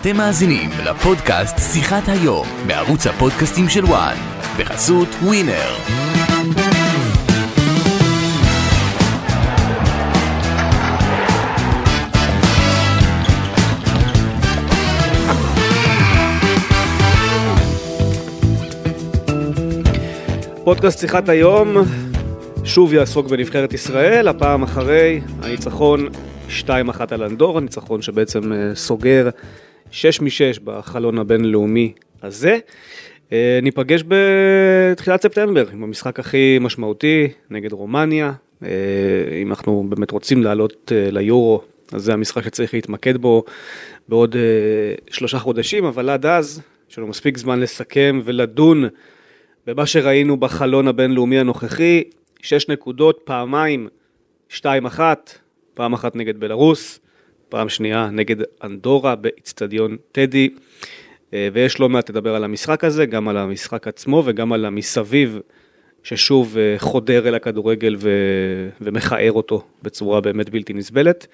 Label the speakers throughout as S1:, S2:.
S1: אתם מאזינים לפודקאסט שיחת היום בערוץ הפודקאסטים של וואן בחסות ווינר.
S2: פודקאסט שיחת היום שוב יעסוק בנבחרת ישראל, הפעם אחרי הניצחון 2-1 על אנדורה, ניצחון שבעצם אה, סוגר 6 מ-6 בחלון הבינלאומי הזה. אה, ניפגש בתחילת ספטמבר עם המשחק הכי משמעותי נגד רומניה. אה, אם אנחנו באמת רוצים לעלות אה, ליורו, אז זה המשחק שצריך להתמקד בו בעוד אה, שלושה חודשים, אבל עד אז, יש לנו מספיק זמן לסכם ולדון במה שראינו בחלון הבינלאומי הנוכחי, שש נקודות, פעמיים, שתיים אחת, פעם אחת נגד בלארוס, פעם שנייה נגד אנדורה באיצטדיון טדי, אה, ויש לא מעט לדבר על המשחק הזה, גם על המשחק עצמו וגם על המסביב, ששוב אה, חודר אל הכדורגל ו... ומכער אותו בצורה באמת בלתי נסבלת.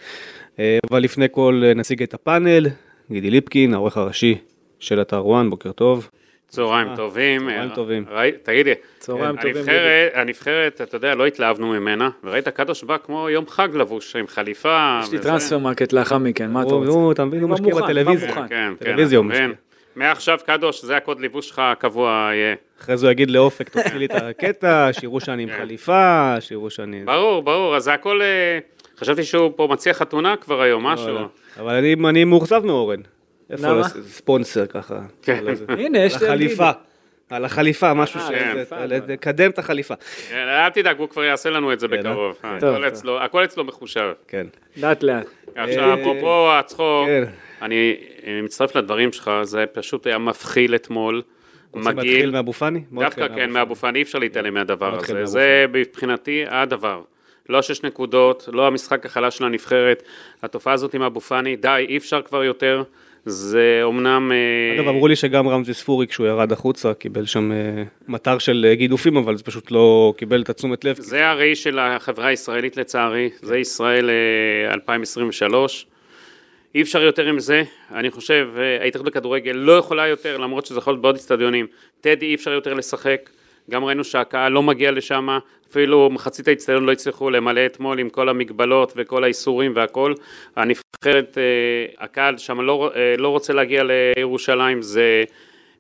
S2: אה, אבל לפני כל אה, נציג את הפאנל, גידי ליפקין, העורך הראשי של אתר וואן, בוקר טוב.
S3: צהריים טובים.
S2: צהריים
S3: אה,
S2: טובים.
S3: ראי- תגידי,
S4: צהריים
S3: כן,
S4: טובים,
S3: הנבחרת, הנבחרת, אתה יודע, לא התלהבנו ממנה, וראית קדוש בא כמו יום חג לבוש, עם חליפה.
S4: יש לי
S3: וזה.
S4: טרנספר מרקט לאחר מכן, מה אתה
S2: הוא-
S4: רוצה?
S2: הוא, אתה מבין, הוא
S4: בא
S2: משקיע
S4: מוכן, בא
S2: בטלוויזיה.
S4: מוכן.
S3: כן, כן,
S2: אה, טלוויזיה הוא
S3: אתה מבין?
S2: משקיע.
S3: מעכשיו קדוש, זה הקוד לבוש שלך הקבוע יהיה.
S2: אחרי זה הוא יגיד לאופק, תוציא לי את הקטע, שיראו שאני
S3: כן.
S2: עם חליפה, שיראו שאני...
S3: ברור, ברור, אז זה הכל... אה, חשבתי שהוא פה מציע חתונה כבר היום, משהו.
S2: אבל- אבל אני- אני מאוכזב מאורן. איפה
S4: למה?
S2: לס- ספונסר ככה?
S3: כן.
S2: על הזה.
S4: הנה, יש
S2: על
S4: לי אה, על
S2: החליפה. על החליפה, משהו ש...
S3: כן.
S2: זה- על- לקדם את החליפה.
S3: כן, אל תדאג, הוא כבר יעשה לנו את זה
S2: כן,
S3: בקרוב.
S2: אה?
S3: אה,
S4: טוב,
S3: הכל
S4: טוב.
S3: אצלו- הכל אצלו מחושב.
S2: כן.
S4: לאט לאט.
S3: עכשיו, אפרופו הצחוק,
S2: כן.
S3: אני אה, מצטרף לדברים שלך, זה פשוט היה מבחיל אתמול.
S2: רוצים להתחיל
S3: מגעיל,
S2: מאבו פאני? בוא נתחיל
S3: דווקא כן,
S2: מאבו
S3: מאבו פאני, אי אפשר להתעלם מהדבר
S2: נתחיל
S3: הזה.
S2: כן, מאבו
S3: זה מבחינתי הדבר. לא שש נקודות, לא המשחק החלש של הנבחרת. התופעה הזאת עם אבו פאני, די, אי אפשר כבר יותר. זה אומנם... אה,
S2: אגב, אמרו לי שגם רמזי ספורי, כשהוא ירד החוצה, קיבל שם אה, מטר של אה, גידופים, אבל זה פשוט לא קיבל את התשומת לב.
S3: זה הראי של החברה הישראלית לצערי, זה ישראל אה, 2023. אי אפשר יותר עם זה, אני חושב, אה, ההתאחדות לכדורגל לא יכולה יותר, למרות שזה יכול להיות בעוד אצטדיונים. טדי אי אפשר יותר לשחק, גם ראינו שהקהל לא מגיע לשם, אפילו מחצית האצטדיון לא הצליחו למלא אתמול עם כל המגבלות וכל האיסורים והכל. הנבחרת, אה, הקהל שם לא, אה, לא רוצה להגיע לירושלים, זה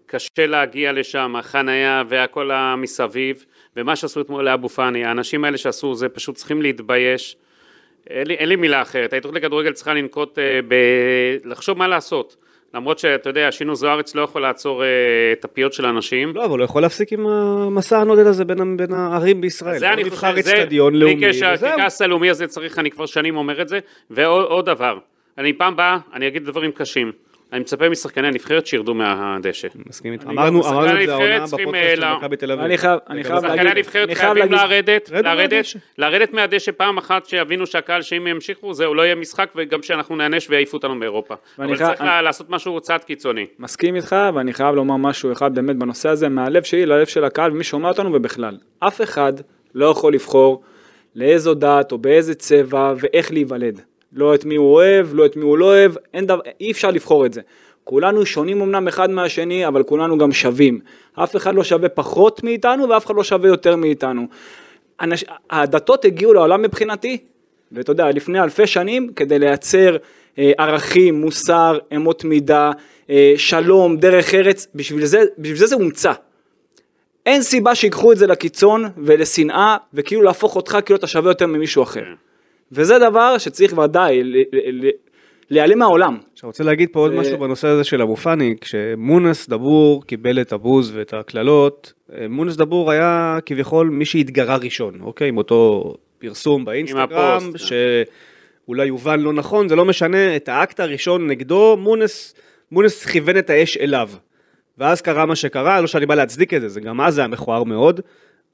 S3: קשה להגיע לשם, החנייה והכל המסביב, ומה שעשו אתמול לאבו פאני, האנשים האלה שעשו זה פשוט צריכים להתבייש. אין לי, אין לי מילה אחרת, ההתאחדות לכדורגל צריכה לנקוט, אה,
S4: כן.
S3: ב... לחשוב מה לעשות. למרות שאתה יודע, שינו זוארץ לא יכול לעצור אה, את הפיות של אנשים.
S2: לא, אבל הוא יכול להפסיק עם המסע הנודד הזה בין ה- בין הערים בישראל.
S3: זה
S4: לא
S2: בוא
S3: אני
S2: נבחר
S3: חושב, זה,
S2: אצטדיון לאומי,
S3: בלי קשר,
S2: וזהו.
S3: הקרקס הלאומי הזה צריך, אני כבר שנים אומר את זה, ועוד עוד דבר, אני פעם באה, אני אגיד דברים קשים, אני מצפה משחקני הנבחרת שירדו מהדשא.
S2: מסכים איתך. אמרנו,
S3: גם
S2: אמרנו את
S3: שחקני
S2: זה העונה
S3: הנבחרת צריכים, אה,
S2: בפודקאסט של
S3: לא.
S2: מכבי תל אביב.
S4: אני חייב- אני חייב
S2: אבל-
S4: להגיד-
S3: שחקני הנבחרת
S4: אני חייב
S3: חייבים
S4: להגיד-
S3: לרדת,
S2: רדו
S3: לרדת,
S2: מהדשא.
S3: לרדת מהדשא פעם אחת, שיבינו שהקהל שאם ימשיכו זהו לא יהיה משחק וגם שאנחנו נענש ויעיפו אותנו מאירופה.
S4: ואני
S3: אבל
S4: חי-
S3: צריך
S4: אני-
S3: לה- לעשות משהו צעד קיצוני.
S4: מסכים איתך, ואני חייב לומר משהו אחד באמת בנושא הזה, מהלב שלי ללב של הקהל ומי שומע אותנו ובכלל. אף אחד לא יכול לבחור לאיזו דת או באיזה צבע ואיך להיוולד. לא את מי הוא אוהב, לא את מי הוא לא אוהב, אין דבר, אי אפשר לבחור את זה. כולנו שונים אמנם אחד מהשני, אבל כולנו גם שווים. אף אחד לא שווה פחות מאיתנו ואף אחד לא שווה יותר מאיתנו. אנש... הדתות הגיעו לעולם מבחינתי, ואתה יודע, לפני אלפי שנים, כדי לייצר אה, ערכים, מוסר, אמות מידה, אה, שלום, דרך ארץ, בשביל זה, בשביל זה זה הומצא. אין סיבה שיקחו את זה לקיצון ולשנאה, וכאילו להפוך אותך כאילו אתה שווה יותר ממישהו אחר.
S2: כן.
S4: וזה דבר שצריך ודאי ל- ל- ל- להיעלם מהעולם.
S2: עכשיו, רוצה להגיד פה עוד משהו בנושא הזה של אבו פאני, כשמונס דבור קיבל את הבוז ואת הקללות, אה, מונס דבור היה כביכול מי שהתגרה ראשון, אוקיי? עם אותו פרסום באינסטגרם,
S3: הפוסט,
S2: שאולי יובן לא נכון, זה לא משנה, את האקט הראשון נגדו, מונס, מונס כיוון את האש אליו. ואז קרה מה שקרה, לא שאני בא להצדיק את זה, זה גם אז היה מכוער מאוד,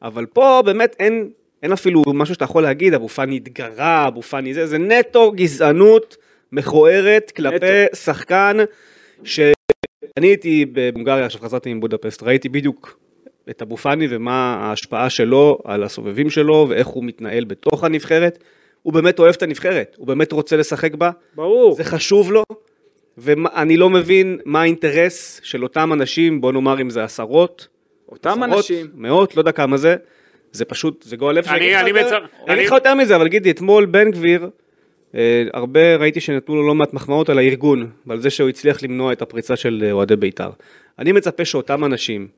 S2: אבל פה באמת אין, אין אפילו משהו שאתה יכול להגיד, אבו פאני התגרה, אבו פאני זה, זה נטו גזענות מכוערת כלפי שחקן, שאני הייתי בהונגריה, עכשיו חזרתי מבודפסט, ראיתי בדיוק את אבו פאני ומה ההשפעה שלו על הסובבים שלו, ואיך הוא מתנהל בתוך הנבחרת. הוא באמת אוהב את הנבחרת, הוא באמת רוצה לשחק בה,
S4: ברור.
S2: זה חשוב לו, ואני לא מבין מה האינטרס של אותם אנשים, בוא נאמר אם זה עשרות,
S4: אותם
S2: עשרות,
S4: אנשים,
S2: מאות, לא יודע כמה זה, זה פשוט, זה גועל לב
S3: אני-
S2: שאני אגיד לך
S3: אני
S2: יותר-
S3: מצר-
S2: אני אגיד לך
S3: אני-
S2: יותר מזה, אבל גידי, אתמול בן גביר, אה, הרבה ראיתי שנתנו לו לא מעט מחמאות על הארגון, ועל זה שהוא הצליח למנוע את הפריצה של אה, אוהדי בית"ר. אני מצפה שאותם אנשים,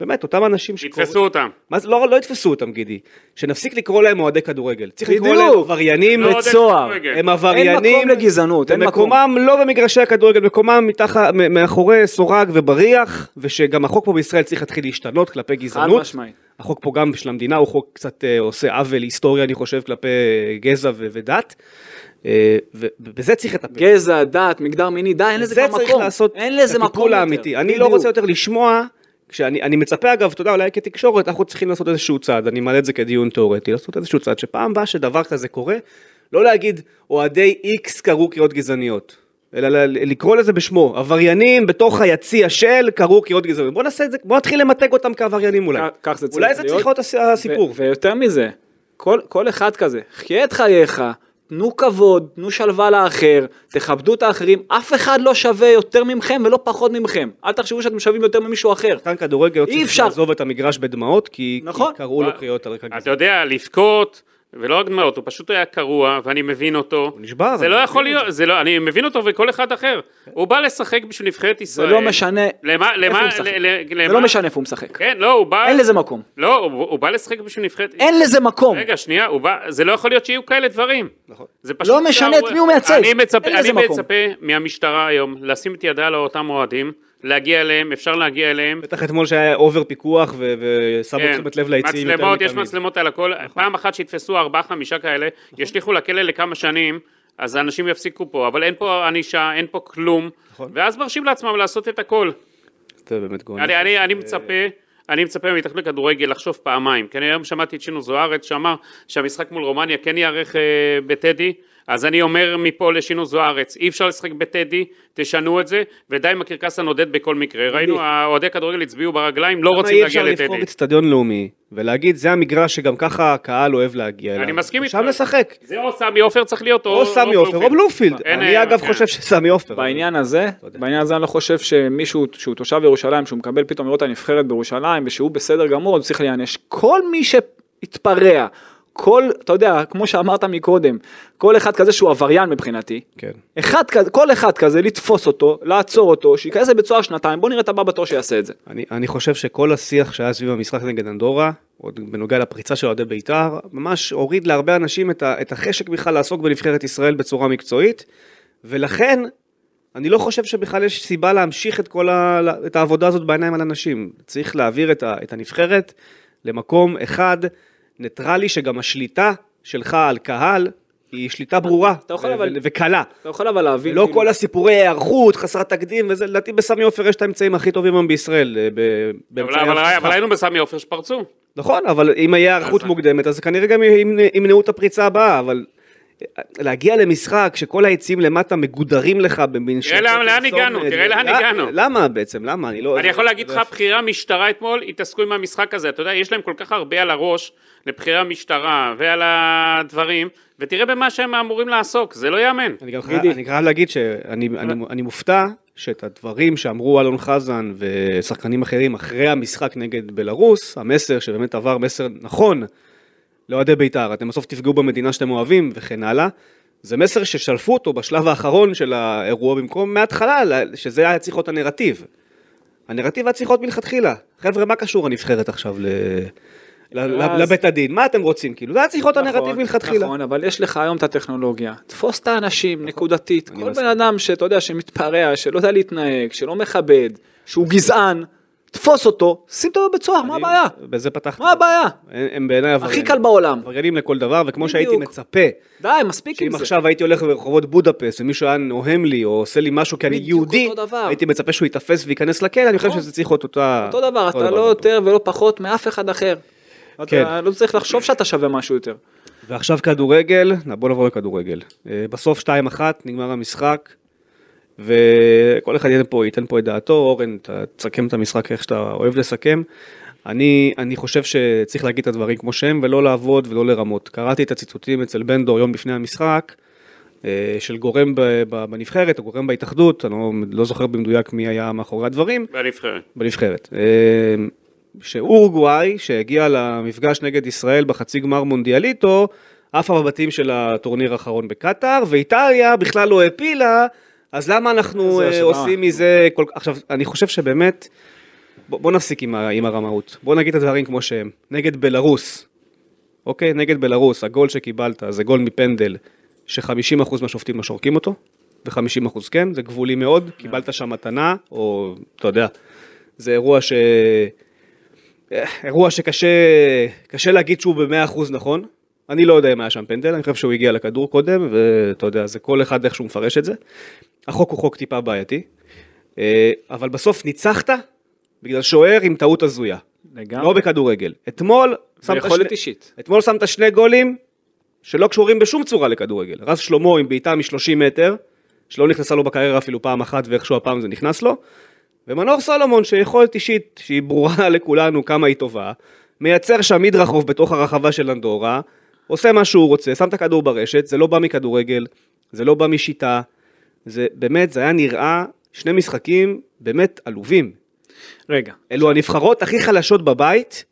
S2: באמת, אותם אנשים שקוראים-
S3: יתפסו אותם.
S2: מה זה, לא, לא יתפסו אותם, גידי. שנפסיק לקרוא להם אוהדי כדורגל. צריך לקרוא
S4: בדיוק.
S2: להם עבריינים,
S3: לא אוהדי
S4: צוהר.
S3: כדורגל.
S2: הם עבריינים.
S4: כן. אין מקום לגזענות, אין מקום.
S2: מקומם לא במגרשי הכדורגל, מקומם מתחת, מ- מאחורי סורג ובריח, ושגם החוק פה בישראל צריך להתחיל להשתנות כלפי
S4: חד
S2: גזענות.
S4: משמעית.
S2: החוק פה גם של המדינה הוא חוק קצת אה, עושה עוול היסטורי, אני חושב, כלפי גזע ו- ודת. אה, ובזה צריך לטפל.
S4: גזע, דת, מגדר מיני, די, אין לזה כבר
S2: זה
S4: מקום.
S2: צריך לעשות
S4: אין לזה
S2: את
S4: מקום
S2: הטיפול
S4: יותר.
S2: האמיתי. אני לא
S4: בדיוק.
S2: רוצה יותר לשמוע, כשאני אני מצפה אגב, אתה יודע, אולי כתקשורת, אנחנו צריכים לעשות איזשהו צעד, אני מעלה את זה כדיון תיאורטי, לעשות איזשהו צעד, שפעם הבאה שדבר כזה קורה, לא להגיד אוהדי איקס קראו קריאות גזעניות. אלא ל- לקרוא לזה בשמו, עבריינים בתוך היציע של קראו קריאות גזעניות. בוא נעשה את זה, בוא נתחיל למתג אותם כעבריינים אולי.
S4: כ- כך זה צריך
S2: אולי זה
S4: להיות.
S2: צריך להיות הס- הסיפור.
S4: ו- ויותר מזה, כל, כל אחד כזה, חיה את חייך, תנו כבוד, תנו שלווה לאחר, תכבדו את האחרים, אף אחד לא שווה יותר ממכם ולא פחות ממכם. אל תחשבו שאתם שווים יותר ממישהו אחר.
S2: שחקן כדורגל לא
S4: אי
S2: צריך
S4: אפשר.
S2: לעזוב את המגרש בדמעות, כי כי
S4: נכון.
S2: קראו לו קריאות על רקע גזעני.
S3: אתה יודע, לבכות, ולא רק דמעות, הוא פשוט היה קרוע, ואני מבין אותו.
S2: הוא נשבר,
S3: זה
S2: אני
S3: לא
S2: מבין
S3: יכול
S2: את
S3: להיות, זה לא, אני מבין אותו וכל אחד אחר. הוא בא לשחק בשביל נבחרת
S4: זה
S3: ישראל.
S4: לא משנה
S3: אה, למה,
S4: איפה
S3: למה,
S4: הוא משחק.
S3: ל- ל- למה?
S4: זה לא משנה איפה הוא משחק.
S3: כן, לא, הוא בא...
S4: אין לזה מקום.
S3: לא, הוא הוא בא לשחק בשביל נבחרת...
S4: אין לזה מקום.
S3: רגע, שנייה, הוא בא... זה לא יכול להיות שיהיו כאלה דברים.
S2: נכון.
S3: זה פשוט...
S4: לא משנה את מי הוא מייצג.
S3: אני מצפה,
S4: אין לזה
S3: אני
S4: מקום.
S3: מצפה מהמשטרה היום לשים את ידה על אותם אוהדים, להגיע אליהם, אפשר להגיע אליהם.
S2: בטח אתמול שהיה אובר פיקוח ו- ושמו
S3: כן.
S2: תשומת לב ליציעים יותר
S3: מצלמות, יש
S2: מתמיד. נכון.
S3: מצלמות על הכל. פעם אחת שיתפסו ארבעה, חמישה כאלה, ישליכו לכלא לכמה שנים, אז האנשים יפסיקו פה, אבל אין פה ענישה, אין פה כלום,
S2: נכון.
S3: ואז מרשים לעצמם לעשות את הכל.
S2: אתה באמת גאון.
S3: אני, אני, אני מצפה, אני מצפה מהתאחדות לכדורגל לחשוב פעמיים, כי אני היום שמעתי את שינו זוארץ שאמר שהמשחק מול רומניה כן ייערך אה, בטדי, אז אני אומר מפה לשינו זוארץ, אי אפשר לשחק בטדי, תשנו את זה, ודי עם הקרקס הנודד בכל מקרה. ראינו, אוהדי כדורגל הצביעו ברגליים, לא רוצים להגיע
S2: למה אי אפשר לבחור
S3: לטדי.
S2: אצטדיון לאומי ולהגיד זה המגרש שגם ככה הקהל אוהב להגיע אליו.
S3: אני מסכים
S2: שם לשחק.
S3: זה או סמי עופר צריך להיות,
S2: או סמי עופר או בלומפילד.
S3: אין,
S2: אני
S3: אה,
S2: אגב
S3: כן.
S2: חושב שסמי עופר.
S4: בעניין הזה, בעניין הזה אני לא חושב שמישהו שהוא תושב ירושלים, שהוא מקבל פתאום לראות את הנבחרת בירושלים ושהוא בסדר גמור, אז הוא צריך להיענש. כל מי שהתפרע, כל, אתה יודע, כמו שאמרת מקודם, כל אחד כזה שהוא עבריין מבחינתי,
S2: כן.
S4: אחד כזה, כל אחד כזה, לתפוס אותו, לעצור אותו, שייכנס לבית סוהר שנתיים, בוא נראה את הבא בתור שיעשה את זה.
S2: אני, אני חושב שכל השיח שהיה סביב המשחק נגד אנדורה, עוד בנוגע לפריצה של אוהדי בית"ר, ממש הוריד להרבה אנשים את, ה, את החשק בכלל לעסוק בנבחרת ישראל בצורה מקצועית, ולכן אני לא חושב שבכלל יש סיבה להמשיך את כל ה, את העבודה הזאת בעיניים על אנשים. צריך להעביר את, ה, את הנבחרת למקום אחד, ניטרלי, שגם השליטה שלך על קהל היא שליטה ברורה
S4: אתה יכול
S2: ו-
S4: אבל-
S2: ו- וקלה.
S4: אתה יכול אבל להבין,
S2: לא
S4: כאילו,
S2: כל הסיפורי היערכות, חסרת תקדים וזה, לדעתי בסמי עופר יש את האמצעים הכי טובים היום בישראל. אה, ב-
S3: אבל-
S2: באמצעי
S3: אבל-
S2: האבטחה.
S4: כן.
S3: אבל היינו בסמי עופר שפרצו.
S2: נכון, אבל אם היה היערכות
S3: אז-
S2: מוקדמת, אז כנראה גם ימנע- ימנעו את הפריצה הבאה, אבל אה, להגיע למשחק שכל העצים למטה מגודרים לך במין
S3: תראה לאן- לאן הגענו, תראה לאן
S2: לא-
S3: הגענו.
S2: למה בעצם, למה? אני לא...
S3: אני יכול להגיד לך, בכירי המשטרה אתמול התעסקו עם המשחק הזה. אתה יודע, יש להם כל כך הרבה על הראש לבכירי המשטרה ועל הדברים, ותראה במה שהם אמורים לעסוק, זה לא ייאמן.
S2: אני גם חייב,
S4: גידי.
S2: אה, אני חייב להגיד שאני אני, אני מופתע שאת הדברים שאמרו אלון חזן ושחקנים אחרים אחרי המשחק נגד בלרוס, המסר שבאמת עבר מסר נכון לאוהדי בית"ר, אתם בסוף תפגעו במדינה שאתם אוהבים וכן הלאה, זה מסר ששלפו אותו בשלב האחרון של האירוע במקום מההתחלה, ל- שזה היה צריך להיות הנרטיב. הנרטיב היה צריך להיות מלכתחילה. חבר'ה, מה קשור הנבחרת עכשיו ל... ל-
S4: אז-
S2: לבית הדין, מה אתם רוצים? כאילו, זה היה צריך להיות
S4: נכון,
S2: הנרטיב מלכתחילה. נכון.
S4: נכון, אבל יש לך היום את הטכנולוגיה, תפוס את האנשים נקודתית,
S2: אני
S4: כל
S2: מסכים.
S4: בן אדם שאתה יודע שמתפרע, שלא יודע להתנהג, שלא מכבד, שהוא גזען, תפוס אותו, שים אותו בבית סוהר, מה
S2: אני-
S4: הבעיה?
S2: בזה פתחתי.
S4: מה הבעיה?
S2: הם, הם בעיניי עבריינים.
S4: הכי קל בעולם.
S2: עבריינים לכל דבר, וכמו
S4: בדיוק.
S2: שהייתי מצפה,
S4: די, מספיק עם
S2: שאם
S4: זה.
S2: עכשיו הייתי הולך ברחובות בודפסט, ומישהו היה נוהם לי, או עושה לי משהו כי אני
S4: בדיוק
S2: יהודי,
S4: אותו דבר.
S2: הייתי מצפה שהוא ייתפס וייכנס לכלא, אני חושב
S4: נכון.
S2: שזה צריך להיות אותה...
S4: אותו דבר, אתה
S2: דבר.
S4: לא יותר ולא פחות מאף אחד אחר.
S2: כן.
S4: אתה לא צריך לחשוב שאתה שווה משהו יותר.
S2: ועכשיו כדורגל, נא, בוא נעבור לכדורגל. אה, בסוף 2-1, נגמר המשחק, וכל אחד ייתן פה, ייתן פה את דעתו, אורן, אתה תסכם את המשחק איך שאתה אוהב לסכם. אני, אני חושב שצריך להגיד את הדברים כמו שהם, ולא לעבוד ולא לרמות. קראתי את הציטוטים אצל בן דור יום לפני המשחק, אה, של גורם ב- ב- בנבחרת או גורם בהתאחדות, אני לא, לא זוכר במדויק מי היה מאחורי הדברים,
S3: בנבחרת.
S2: בנבחרת. אה, שאורוגוואי, שהגיע למפגש נגד ישראל בחצי גמר מונדיאליטו, עפה בבתים של הטורניר האחרון בקטאר, ואיטליה בכלל לא העפילה, אז למה אנחנו
S4: זה
S2: אה,
S4: השוואה.
S2: עושים מזה כל כך... עכשיו, אני חושב שבאמת, בוא, בוא נפסיק עם, ה- עם הרמאות. בוא נגיד את הדברים כמו שהם. נגד בלארוס, אוקיי? נגד בלארוס, הגול שקיבלת זה גול מפנדל, ש-50% מהשופטים לא שורקים אותו, ו-50% כן, זה גבולי מאוד, קיבלת שם מתנה, או אתה יודע, זה אירוע ש... אה, אירוע שקשה קשה להגיד שהוא ב-100% נכון. אני לא יודע אם היה שם פנדל, אני חושב שהוא הגיע לכדור קודם, ואתה יודע, זה כל אחד איך שהוא מפרש את זה. החוק הוא חוק טיפה בעייתי, אה, אבל בסוף ניצחת בגלל שוער עם טעות הזויה.
S4: לגמרי.
S2: לא בכדורגל. אתמול שמת
S4: ויכולת
S2: שני-
S4: אישית.
S2: אתמול שמת שני גולים שלא קשורים בשום צורה לכדורגל. רז שלמה עם בעיטה מ-30 מטר, שלא נכנסה לו בקריירה אפילו פעם אחת ואיכשהו הפעם זה נכנס לו. ומנור סולומון שיכולת אישית, שהיא ברורה לכולנו כמה היא טובה, מייצר שם מדרחוב בתוך הרחבה של אנדורה, עושה מה שהוא רוצה, שם את הכדור ברשת, זה לא בא מכדורגל, זה לא בא משיטה, זה באמת, זה היה נראה שני משחקים באמת עלובים.
S4: רגע,
S2: אלו הנבחרות הכי חלשות בבית,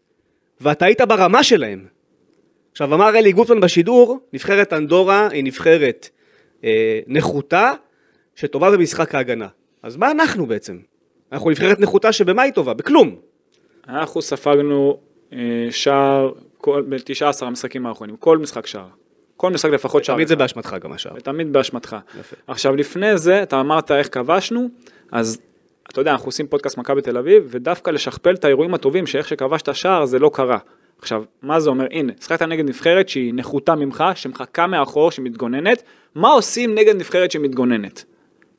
S2: ואתה היית ברמה שלהם. עכשיו, אמר אלי גוטמן בשידור, נבחרת אנדורה היא נבחרת אה, נחותה, שטובה במשחק ההגנה. אז מה אנחנו בעצם? אנחנו נבחרת נחותה שבמה היא טובה? בכלום.
S4: אנחנו ספגנו אה, שער כל- ב-19 המשחקים האחרונים, כל משחק שער. כל משחק לפחות שער.
S2: תמיד
S4: אחד.
S2: זה באשמתך גם השאר.
S4: ותמיד באשמתך. עכשיו לפני זה, אתה אמרת איך כבשנו, אז אתה יודע, אנחנו עושים פודקאסט מכבי תל אביב, ודווקא לשכפל את האירועים הטובים, שאיך שכבשת שער זה לא קרה. עכשיו, מה זה אומר? הנה, שחקת נגד נבחרת שהיא נחותה ממך, שמחכה מאחור, שמתגוננת, מה עושים נגד נבחרת שמתגוננת?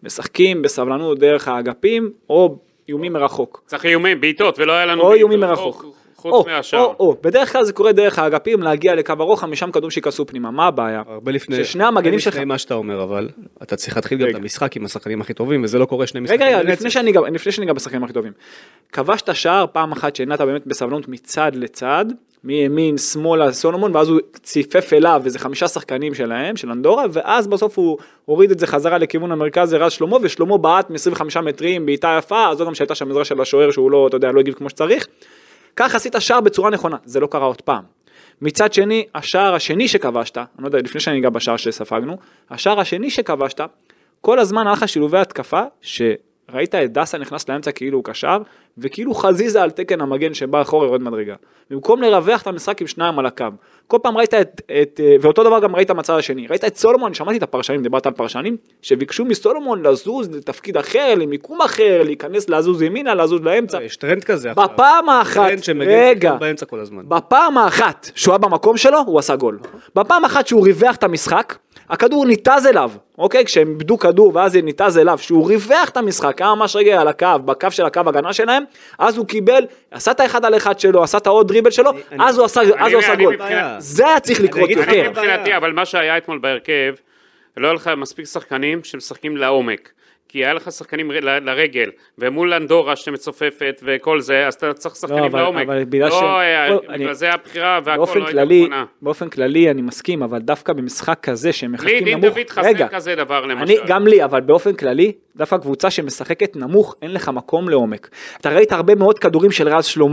S4: משחקים בסבלנות דרך האגפים, או איומים מרחוק.
S3: צריך איומים, בעיטות, ולא היה לנו
S4: או
S3: בעיטות.
S4: איומים מרחוק.
S3: אוקיי, או-
S4: או,
S3: חוץ מהשאר.
S4: או, או, בדרך כלל זה קורה דרך האגפים, להגיע לקו הרוחב, משם כדור שייכנסו פנימה, מה הבעיה?
S2: הרבה לפני,
S4: ששני המגנים
S2: הרבה
S4: שלך-
S2: לפני מה שאתה אומר, אבל אתה צריך להתחיל גם את
S4: רגע.
S2: המשחק עם השחקנים הכי טובים, וזה לא קורה שני משחקים.
S4: רגע, רגע,
S2: ברצף.
S4: לפני שאני, גם, לפני שאני גם בשחקנים הכי טובים. כבשת שער פעם אחת שהנעת באמת בסבלנות מצד לצד, מימין, שמאלה, סולומון, ואז הוא ציפף אליו, וזה חמישה שחקנים שלהם, של אנדורה, ואז בסוף הוא הוריד את זה חזרה לכיוון המרכז, זה רז שלמה, ושלמה בעט מ-25 מטרים בעיטה יפה, אז זו גם שהייתה שם עזרה של השוער שהוא לא, אתה יודע, לא הגיב כמו שצריך. כך עשית שער בצורה נכונה, זה לא קרה עוד פעם. מצד שני, השער השני שכבשת, אני לא יודע, לפני שאני אגע בשער שספגנו, השער השני שכבשת, כל הזמן היה לך שילובי התקפה, שראית את דסה נכנס לאמצע כאילו הוא קשר, וכאילו חזיזה על תקן המגן שבא אחורה יורד מדרגה. במקום לרווח את המשחק עם שניים על הקו. כל פעם ראית את, את ואותו דבר גם ראית מהצד השני, ראית את סולומון, שמעתי את הפרשנים, דיברת על פרשנים, שביקשו מסולומון לזוז לתפקיד אחר, למיקום אחר, להיכנס לזוז ימינה, לזוז לאמצע.
S2: יש טרנד כזה עכשיו.
S4: בפעם האחת,
S2: טרנד שמגן
S4: רגע,
S2: באמצע כל הזמן.
S4: בפעם האחת שהוא היה במקום שלו, הוא עשה גול. בפעם אחת שהוא ריווח את המשחק, הכדור ניתז אליו, אוקיי? כשהם איבדו כדור ואז זה ניתז אליו, שהוא ריווח את המשחק, היה ממש רגע על הקו, בקו של הקו הגנה שלהם, אז הוא קיבל, עשה את האחד על אחד שלו, עשה את העוד דריבל שלו, אז הוא עשה אז
S3: אני-
S4: הוא עשה
S3: אני
S4: גול.
S3: מבחינת-
S4: זה היה צריך לקרות
S2: אגיד לך
S4: יותר.
S3: אני
S2: כן.
S3: מבחינתי, אבל מה שהיה אתמול בהרכב, לא היה לך מספיק שחקנים שמשחקים לעומק. כי היה לך שחקנים ר- ל- לרגל, ומול אנדורה שמצופפת וכל זה, אז אתה צריך
S4: לא,
S3: שחקנים
S4: אבל-
S3: לעומק.
S4: אבל בגלל
S3: לא,
S4: ש-
S3: היה-
S4: כל- אני-
S3: בגלל זה הבחירה והכל
S4: באופן
S3: לא הייתה
S4: כללי,
S3: נכונה.
S4: באופן כללי אני מסכים, אבל דווקא במשחק כזה שהם
S3: לי
S4: מחכים
S3: דין
S4: נמוך,
S3: דוד
S4: רגע,
S3: חסר כזה דבר
S4: אני,
S3: למשל.
S4: גם לי, אבל באופן כללי, דווקא קבוצה שמשחקת נמוך, אין לך מקום לעומק. אתה ראית הרבה מאוד כדורים של רז שלמה,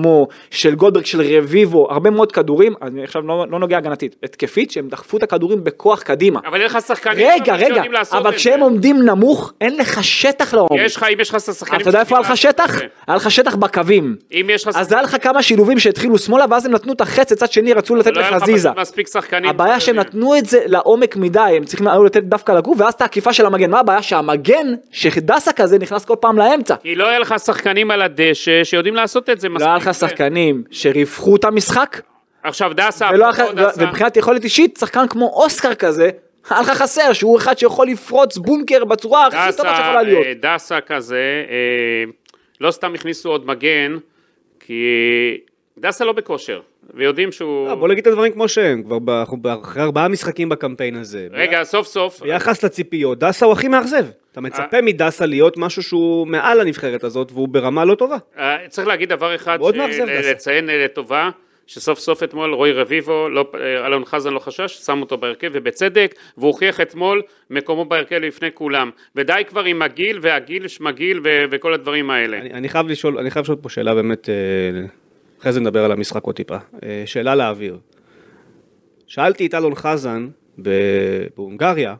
S4: של גולדברג, של רביבו, הרבה מאוד כדורים, אני עכשיו לא, לא נוגע הגנתית, התקפית, שהם דחפו את הכדורים בכוח קדימה.
S3: אבל אין לך שחקנים
S4: רגע,
S3: שם
S4: רגע,
S3: שיודעים לעשות
S4: אבל
S3: את
S4: כשהם
S3: זה.
S4: עומדים נמוך, אין לך שטח לעומק.
S3: יש לך, אם יש לך שחקנים...
S4: אה,
S3: כן.
S4: אתה יודע איפה היה לך
S3: שיודעים לעשות
S4: שטח?
S3: את זה.
S4: היה לך שטח בקווים.
S3: אם יש לך
S4: אז היה לך כמה שילובים שהתחילו שמאלה, ואז הם נתנו את החץ, הצד שני רצו לתת
S3: לא היה לך
S4: לחזיזה.
S3: מספיק שחקנים.
S4: הבעיה שהם נתנו את זה לעומק מדי, הם צריכים היו לתת דווקא לגוף, ואז את העקיפה של המגן. מה הבעיה? שהמגן, שדסה כזה, נכנס כל פעם לאמצע.
S3: כי לא היה לך שחקנים על הדשא שיודעים לעשות את זה.
S4: לא
S3: מספיק. אה,
S4: היה לך שחקנים שריווחו את המשחק,
S3: עכשיו דסה,
S4: ולא היה לך-
S3: אפרופו
S4: ו-
S3: דסה.
S4: ומבחינת יכולת אישית, שחקן כמו אוסקר כזה, היה לך חסר, שהוא אחד שיכול לפרוץ בונקר בצורה הכי טובה שיכולה
S3: דסה,
S4: להיות.
S3: אה, דסה כזה, אה, לא סתם הכניסו עוד מגן, כי דסה לא בכושר, ויודעים שהוא...
S2: אה, בוא נגיד את הדברים כמו שהם, כבר ב- אנחנו ב- אחרי ארבעה משחקים בקמפיין הזה.
S3: רגע, סוף סוף,
S2: ביחס לציפיות, דסה הוא הכי מאכזב. אתה מצפה מדסה להיות משהו שהוא מעל הנבחרת הזאת, והוא ברמה לא טובה.
S3: אה, צריך להגיד דבר אחד,
S2: מאוד
S3: ש-
S2: מאכזב
S3: ל-
S2: דסה.
S3: לציין אה, לטובה, שסוף סוף אתמול רועי רביבו, לא, אה, אלון חזן לא חשש, שם אותו בהרכב ובצדק, והוכיח אתמול מקומו בהרכב לפני כולם. ודי כבר עם הגיל והגיל שמגיל ו- וכל הדברים האלה.
S2: אני, אני חייב לשאול, אני חייב לשאול פה שאלה באמת, אה, אחרי זה נדבר על המשחק עוד טיפה. אה, שאלה לאוויר. שאלתי את אלון חזן ב- בהונגריה,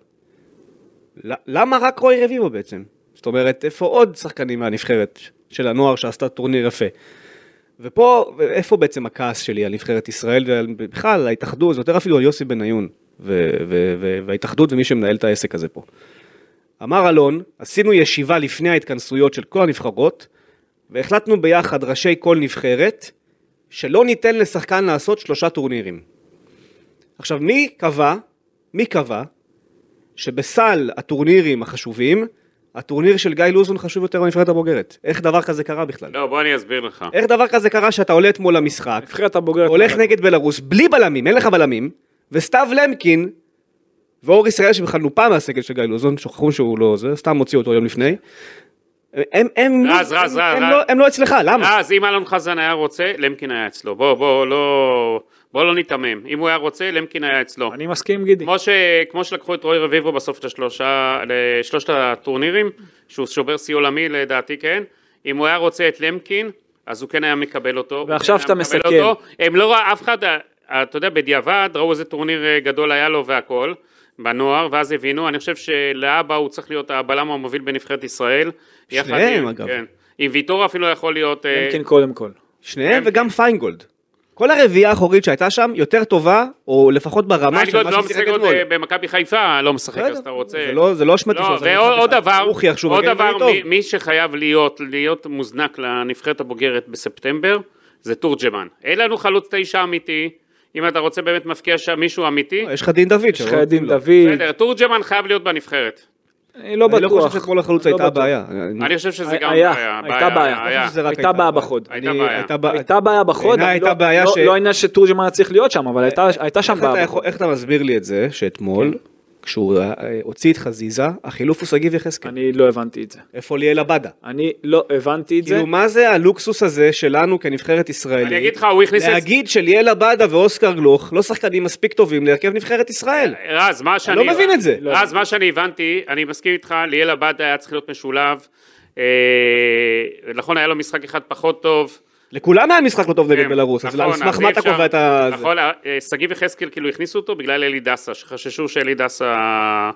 S2: ל- למה רק רוי רביבו בעצם? זאת אומרת, איפה עוד שחקנים מהנבחרת של הנוער שעשתה טורניר יפה? ופה, איפה בעצם הכעס שלי על נבחרת ישראל ובכלל ההתאחדות, זה יותר אפילו על יוסי בניון ו- ו- ו- וההתאחדות ומי שמנהל את העסק הזה פה. אמר אלון, עשינו ישיבה לפני ההתכנסויות של כל הנבחרות, והחלטנו ביחד, ראשי כל נבחרת, שלא ניתן לשחקן לעשות שלושה טורנירים. עכשיו, מי קבע, מי קבע, שבסל הטורנירים החשובים, הטורניר של גיא לוזון חשוב יותר מהנבחרת הבוגרת? איך דבר כזה קרה בכלל?
S3: לא, בוא אני אסביר לך.
S2: איך דבר כזה קרה שאתה עולה אתמול למשחק,
S4: נבחרת הבוגרת.
S2: הולך נגד בלרוס, בלי בלמים, אין לך בלמים, וסתיו למקין, ואור ישראל שבחנופה מהסגל של גיא לוזון, שכחו שהוא לא זה, סתם הוציאו אותו יום לפני. הם, הם,
S3: רז,
S2: הם,
S3: רז, אה,
S2: הם,
S3: רז.
S2: לא, הם לא אצלך, למה?
S3: אז אם אלון חזן היה רוצה, למקין היה אצלו. בוא, בוא, לא... בוא לא ניתמם. אם הוא היה רוצה, למקין היה אצלו.
S4: אני מסכים עם גידי.
S3: כמו, ש... כמו שלקחו את רוי רביבו בסוף לשלושה... לשלושת הטורנירים, שהוא שובר שיא עולמי לדעתי כן, אם הוא היה רוצה את למקין, אז הוא כן היה מקבל אותו. הוא
S4: ועכשיו
S3: כן היה
S4: שאתה
S3: מקבל
S4: מסכם.
S3: אותו. הם לא ראה אף אחד, אה, אתה יודע, בדיעבד ראו איזה טורניר אה, גדול היה לו והכל, בנוער, ואז הבינו, אני חושב שלהבא הוא צריך להיות הבלם המוביל בנבחרת ישראל. יחד
S2: שניהם,
S3: עם-
S2: אגב.
S3: כן. עם ויטור אפילו יכול להיות... אה,
S2: כן,
S4: אלקין קודם כל.
S2: שניהם וגם פיינגולד. כל הרביעייה האחורית שהייתה שם יותר טובה, או לפחות ברמה של
S3: ריינגולד
S2: מה
S3: לא
S2: ששיחק
S3: משחק עוד
S2: אתמול.
S3: אה, במכבי חיפה, לא משחק
S2: בסדר,
S3: אז אתה רוצה.
S2: זה לא- זה לא אשמתי שהוא
S3: לא,
S2: עשה במשחק
S3: ועוד
S2: אחד.
S3: דבר,
S2: הוא הוכיח שהוא
S3: עוד
S2: מגן ימני
S3: דבר,
S2: טוב.
S3: מי- מי שחייב להיות, להיות מוזנק לנבחרת הבוגרת בספטמבר, זה תורג'מן. אין לנו חלוץ תשע אמיתי, אם אתה רוצה באמת מפקיע שם מישהו אמיתי,
S2: יש לך דין דוד.
S4: יש לך
S2: שלא-
S4: את דין
S2: לא.
S4: דוד.
S3: בסדר, תורג'מן חייב להיות בנבחרת.
S4: אני לא
S2: אני לא
S4: בטוח.
S2: חושב שכל החלוץ
S4: לא
S2: הייתה
S4: בטוח.
S2: הבעיה.
S3: אני חושב
S2: אה,
S3: שזה גם
S4: היה,
S3: בעיה.
S4: הייתה בעיה.
S2: אני חושב שזה רק
S4: הייתה בעיה בחוד.
S2: אני-
S3: הייתה בעיה.
S2: הייתה בעיה.
S4: הייתה בעיה בחוד.
S2: בעיניי
S4: אבל
S2: הייתה
S4: לא-
S2: בעיה
S4: לא-
S2: ש-
S4: לא העניין שתורג'מן היה צריך להיות
S3: אה,
S4: שם, אבל הייתה- הייתה שם
S2: איך אתה,
S4: בעיה.
S2: יכול, איך אתה מסביר לי את זה שאתמול,
S3: כן.
S2: כשהוא אה, הוציא את חזיזה, החילוף הוא שגיב יחזקאל?
S4: אני לא הבנתי את זה.
S2: איפה ליאל עבדה?
S4: אני לא הבנתי את זה.
S2: כאילו מה זה הלוקסוס הזה שלנו כנבחרת ישראלית?
S3: אני אגיד לך, הוא הכניס את-
S2: להגיד שליאל עבדה ואוסקר גלוך לא שחקנים מספיק טובים להרכב נבחרת ישראל.
S3: רז, מה שאני...
S2: לא מבין את זה.
S3: רז, מה שאני הבנתי, אני מסכים איתך, ליאל עבד היה צריך להיות משולב. אה, נכון, היה לו משחק אחד פחות טוב.
S2: לכולם היה משחק לא טוב נגד
S3: כן,
S2: בלרוס, אז
S3: נכון,
S2: על סמך
S3: אז
S2: מה
S3: אי
S2: אתה
S3: אפשר-
S2: קובע את ה... זה?
S3: נכון, אה, שגיב יחזקאל כאילו הכניסו אותו בגלל אלי דסה, שחששו שאלי דסה אה,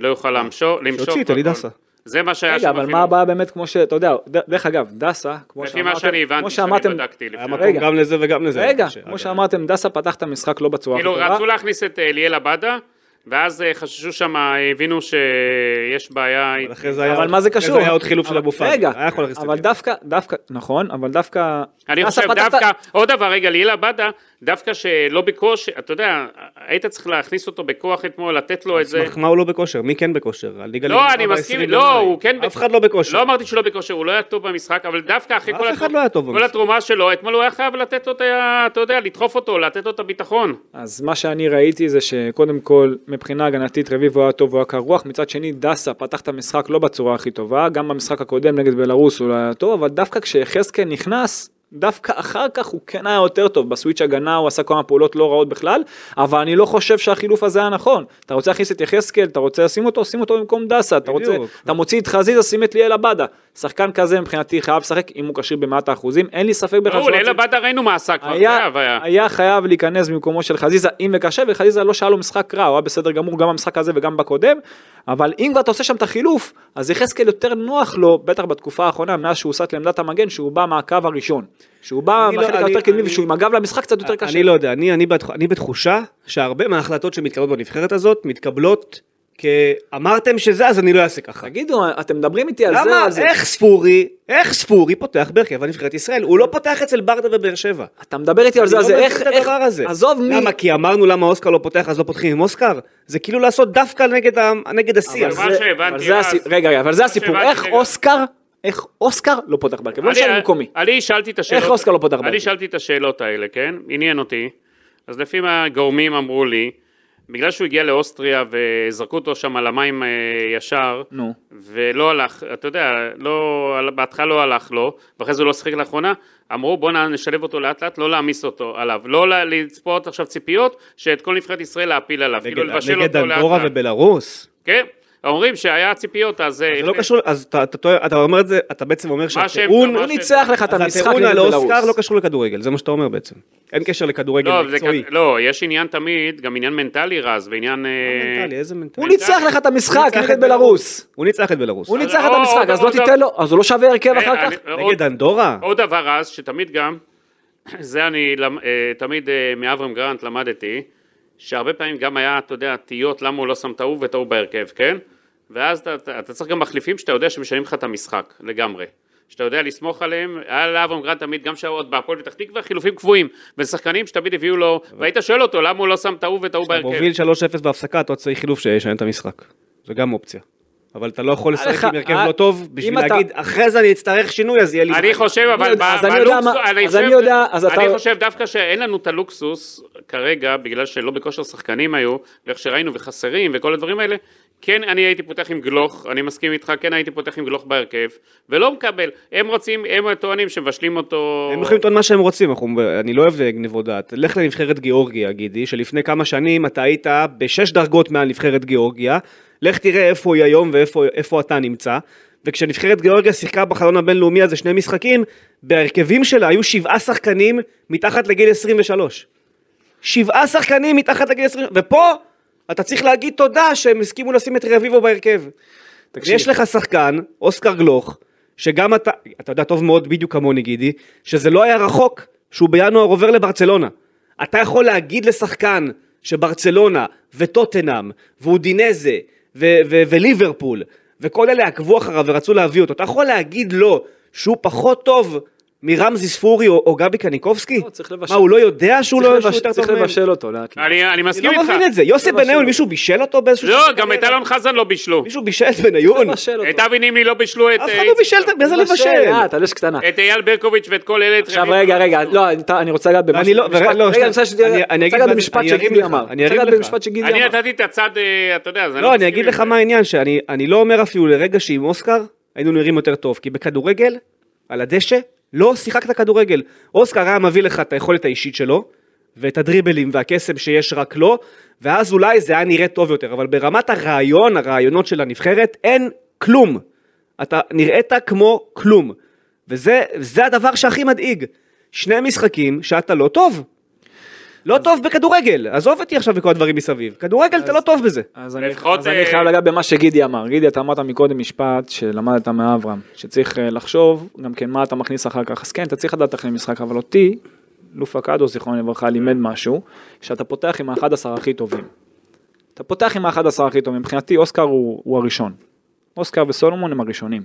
S3: לא יוכל למשו- למשוך.
S2: שיוציא את אלי
S3: והכל.
S2: דסה.
S3: זה מה שהיה
S4: רגע,
S3: שם
S4: אבל
S3: אפילו.
S4: מה הבעיה באמת כמו ש... אתה יודע, ד- דרך אגב, דסה, כמו
S3: לפי מה
S4: שאמרתם,
S3: שאני הבנתי,
S4: כמו
S3: שאני
S4: שאמרתם,
S3: בדקתי לפני.
S2: היה
S3: כן.
S2: מקום גם לזה וגם לזה.
S4: רגע,
S2: אני חושב,
S4: כמו
S2: אגב.
S4: שאמרתם, דסה פתח את המשחק לא בצורה
S3: כאילו
S4: הכי
S3: רצו
S4: טובה.
S3: להכניס את אה, ליאל עבדה, ואז אה, חששו שם, הבינו שיש בעיה.
S2: אבל אחרי זה היה
S4: אבל
S2: עוד-
S4: מה זה
S2: אחרי
S4: קשור?
S2: היה עוד חילוף של
S4: אבל-
S2: אבו פאני.
S4: רגע,
S2: היה יכול להכניס את
S4: אבל
S2: ליאל.
S4: דווקא, דווקא, נכון, אבל דווקא...
S3: אני
S4: דסה
S3: חושב
S4: פתח את-
S3: דווקא, עוד דבר, רגע, ליאל עבדה, דווקא שלא בכושר, אתה יודע, היית צריך להכניס אותו בכוח אתמול, לתת לו איזה...
S2: אך מה הוא לא בכושר? מי כן בכושר? הליגה
S3: לא,
S2: נגמרה
S3: אני מסכים,
S2: ב-20
S3: לא,
S2: במאי.
S3: הוא כן...
S2: אף אחד לא בכושר.
S3: לא אמרתי שהוא לא בכושר, הוא לא היה טוב במשחק, אבל דווקא אחרי
S2: אף
S3: כל,
S2: אחד לא היה טוב
S3: כל
S2: במשחק.
S3: התרומה שלו, אתמול הוא היה חייב לתת לו את ה... אתה יודע, לדחוף אותו, לתת לו את הביטחון.
S4: אז מה שאני ראיתי זה שקודם כל, מבחינה הגנתית רביבו היה טוב, הוא היה קר רוח, מצד שני דסה פתח את המשחק לא בצורה הכי טובה, גם במשחק הקודם נגד בלרוס הוא לא היה טוב, אבל דווקא כשחזקאל נכנס, דווקא אחר כך הוא כן היה יותר טוב, בסוויץ' הגנה הוא עשה כמה פעולות לא רעות בכלל, אבל אני לא חושב שהחילוף הזה היה נכון. אתה רוצה להכניס את יחזקאל, אתה רוצה לשים אותו, שים אותו במקום דסה, אתה רוצה,
S2: בדיוק.
S4: אתה מוציא את חזיזה, שים את ליאל עבדה. שחקן כזה מבחינתי חייב לשחק אם הוא כשיר במאת האחוזים, אין לי ספק בכלל שהוא
S3: ברור,
S4: לא
S3: ליל
S4: צריך-
S3: הבאדה ראינו מה עשה כבר,
S4: היה,
S3: חייב היה.
S4: היה חייב להיכנס במקומו של חזיזה אם וכאשר וחזיזה לא שהיה לו משחק רע הוא היה בסדר גמור גם במשחק הזה וגם בקודם אבל אם כבר אתה עושה שם את החילוף אז יחזקאל יותר נוח לו בטח בתקופה האחרונה מאז שהוא הוסט לעמדת המגן שהוא בא מהקו הראשון שהוא בא
S2: אני לא-
S4: מהחלק
S2: אני-
S4: היותר קדמי
S2: אני-
S4: ושהוא עם הגב למשחק קצת יותר קשה.
S2: אני לא יודע, אני, אני, בתח... אני בתחושה שהרבה מההחלטות שמתקבלות בנבחרת הזאת מתקבלות כאמרתם שזה אז אני לא אעשה ככה.
S4: תגידו אתם מדברים איתי על זה,
S2: למה,
S4: על זה
S2: איך ספורי, איך ספורי פותח בהרכב הנבחרת ישראל? הוא לא פותח אצל ברדה ובאר שבע.
S4: אתה מדבר איתי על
S2: אני
S4: זה,
S2: לא
S4: על זה,
S2: מבין
S4: איך,
S2: את
S4: איך,
S2: הדבר הזה.
S4: עזוב מי,
S2: למה, כי אמרנו למה אוסקר לא פותח אז לא פותחים עם אוסקר? זה כאילו לעשות דווקא נגד, ה... נגד השיא.
S4: אבל
S2: אז
S3: מה
S4: זה-
S3: שהבנתי,
S4: אבל זה
S3: רז.
S4: הסי- רגע, רגע, אבל זה
S3: מה
S4: הסיפור,
S3: שהבנתי,
S4: איך
S3: רגע.
S4: אוסקר, איך אוסקר לא פותח בהרכב, לא משנה
S3: אני-
S4: במקומי,
S3: אני שאלתי את השאלות.
S4: איך אוסקר לא פותח בהרכב?
S3: אני שאלתי את השאלות האלה, כן? עניין אותי. אז לפי מה הגורמים אמרו לי, בגלל שהוא הגיע לאוסטריה וזרקו אותו שם על המים אה, ישר,
S4: נו.
S3: ולא הלך, אתה יודע, לא, בהתחלה לא הלך לו, ואחרי זה הוא לא שיחק לאחרונה, אמרו בוא נ- נשלב אותו לאט לאט, לא להעמיס אותו עליו, לא ל- לצפות עכשיו ציפיות, שאת כל נבחרת ישראל להפיל עליו, כאילו לבשל
S2: נגד
S3: אותו לאט
S2: אנדורה
S3: לאט.
S2: ובלארוס.
S3: כן, אומרים שהיה ציפיות, אז... אה,
S2: זה
S4: אה,
S2: לא קשור, אז אתה- אתה טועה- אתה אומר את זה, אתה בעצם אומר
S3: שהם-
S2: שהטיעון,
S3: מה
S4: הוא
S3: ש-
S4: ניצח לך את
S2: אז
S4: המשחק
S2: הטיעון על
S4: נגד
S2: האוסקר לא
S4: בלרוס.
S2: קשור לכדורגל, זה מה שאתה אומר בעצם. אין קשר לכדורגל
S3: לא, זה
S2: מקצועי.
S3: כ- לא, יש עניין תמיד, גם עניין מנטלי רז, ועניין... אה,
S2: מנטלי, איזה מנטלי?
S4: הוא ניצח לך את המשחק
S2: ניצח את
S4: נגד בלרוס.
S2: הוא ניצח את בלרוס.
S4: הוא
S3: אז-
S4: ניצח
S3: או,
S4: את המשחק,
S3: או,
S4: אז לא
S3: או,
S4: תיתן לו, אז הוא לא שווה הרכב
S3: אה,
S4: אחר
S3: אני-
S4: כך?
S3: עוד-
S2: נגד אנדורה?
S3: עוד דבר אז, שתמיד גם, זה אני למ- אה, תמיד אה, מאברהם גרנט למדתי, שהרבה פעמים גם היה, אתה יודע, תהיות למה הוא לא שם את ההוא ואת ההוא בהרכב, כן? ואז אתה- אתה, אתה צריך גם מחליפים שאתה יודע שמשנים לך את המשחק, לגמרי. שאתה יודע לסמוך עליהם, היה לאברהם גרנט תמיד, גם שהיה עוד בהפועל פתח תקווה, חילופים קבועים, ושחקנים שתמיד הביאו לו, והיית שואל אותו למה הוא לא שם את ההוא ואת ההוא
S2: אתה
S3: בהרכב.
S2: מוביל 3-0 בהפסקה, אתה צריך חילוף שישנה את המשחק. זה גם אופציה. אבל אתה לא יכול לשחק
S4: לך-
S2: עם הרכב
S4: אה,
S2: לא טוב, בשביל
S4: אם אתה-
S2: להגיד, אחרי זה אני אצטרך שינוי, אז יהיה לי...
S3: אני חושב, אבל...
S4: יודע-
S3: ב-
S4: אז אני יודע
S3: בלוקסוס-
S4: מה-
S3: אני
S4: אז אני
S3: חושב-
S4: יודע- אז אתה-
S3: אני חושב דווקא שאין לנו את הלוקסוס כרגע, בגלל שלא בכושר שחקנים היו, ואיך שראינו, וחסרים, וכל הדברים האלה. כן, אני הייתי פותח עם גלוך, אני מסכים איתך, כן הייתי פותח עם גלוך בהרכב, ולא מקבל. הם רוצים, הם טוענים שמבשלים אותו...
S2: הם יכולים לטעון מה שהם רוצים, אנחנו- אני לא אוהב גניבות דעת. לך לנבחרת גיאורגיה, גידי, שלפני כמה שנים אתה היית בשש דרגות מעל נבחרת גיאורגיה, לך תראה איפה היא היום ואיפה איפה אתה נמצא. וכשנבחרת גיאורגיה שיחקה בחלון הבינלאומי הזה שני משחקים, בהרכבים שלה היו שבעה שחקנים מתחת לגיל 23. שבעה שחקנים מתחת לגיל 20, ופה אתה צריך להגיד תודה שהם הסכימו לשים את רביבו בהרכב.
S4: תקשיב.
S2: יש לך שחקן, אוסקר גלוך, שגם אתה, אתה יודע טוב מאוד בדיוק כמוני גידי, שזה לא היה רחוק שהוא בינואר עובר לברצלונה. אתה יכול להגיד לשחקן שברצלונה וטוטנאם ואודינזה ו- ו- וליברפול וכל אלה עקבו אחריו ורצו להביא אותו, אתה יכול להגיד לו שהוא פחות טוב מרמזי ספורי או, או גבי קניקובסקי?
S4: לא, צריך לבשל.
S2: מה, הוא לא יודע שהוא לא
S4: צריך
S2: שהוא
S4: לבש-
S2: יותר
S4: צריך
S2: טוב מהם?
S4: לבשל אותו לאט לאט.
S3: אני, אני
S2: אני
S3: מסכים
S2: לא
S3: איתך.
S2: מבין את זה, יוסי
S4: צריך
S2: בניון
S4: לבשל.
S2: מישהו בישל אותו באיזשהו...
S3: לא,
S2: שלב
S3: גם את
S2: בקריירה?
S3: אלון חזן לא בישלו.
S2: מישהו בישל את בניון? אף
S4: לבשל
S3: את
S4: אותו.
S3: אבי נימני לא בישלו את...
S2: אחד
S3: אה,
S2: לא בישל את... מה זה לבשל?
S4: לאט, על אש אה, קטנה.
S2: אה,
S3: את אייל ברקוביץ' ואת כל אלה... את
S4: עכשיו
S3: רביבו.
S4: רגע, רגע, לא, אני- אני רוצה לגעת במשהו.
S2: אני לא-
S4: במשפט-
S2: רגע, לא,
S4: רגע,
S2: שנייה.
S4: אני רוצה שתדע-
S2: אני-
S4: אני
S2: אני אגיד-
S4: רוצה לגעת
S2: אני
S4: במשפט
S2: אריב
S4: שגידי
S2: לך,
S4: אמר.
S2: אני
S4: אני רוצה
S2: אריב
S4: לגעת
S2: לך.
S4: במשפט שגידי
S3: אני
S4: אמר.
S3: נתתי את הצד, אה, אתה יודע, אז
S2: לא, אני
S3: מסכים
S2: אגיד
S3: עם
S2: לך
S3: זה.
S2: מה העניין, שאני אני לא אומר אפילו לרגע שעם אוסקר היינו נראים יותר טוב, כי בכדורגל, על הדשא, לא שיחקת כדורגל. אוסקר היה מביא לך את היכולת האישית שלו, ואת הדריבלים והקסם שיש רק לו, ואז אולי זה היה נראה טוב יותר, אבל ברמת הרעיון, הרעיונות של הנבחרת, אין כלום. אתה נראית כמו כלום. וזה זה הדבר שהכי מדאיג. שני משחקים שאתה לא טוב. לא טוב בכדורגל, עזוב אותי עכשיו וכל הדברים מסביב. כדורגל אתה לא טוב בזה.
S4: אז אני,
S3: לפחות,
S4: אז אני
S3: אה,
S4: חייב לגעת במה שגידי אמר. גידי, אתה אמרת מקודם משפט שלמדת מאברהם, שצריך אה, לחשוב גם כן מה אתה מכניס אחר כך. אז כן, אתה צריך לדעת אחרי משחק, אבל אותי, לופה קאדו, זיכרונו לברכה, לימד משהו, שאתה פותח עם ה-11 הכי טובים. אתה פותח עם ה-11 הכי טובים. מבחינתי, אוסקר הוא, הוא הראשון. אוסקר וסולומון הם הראשונים.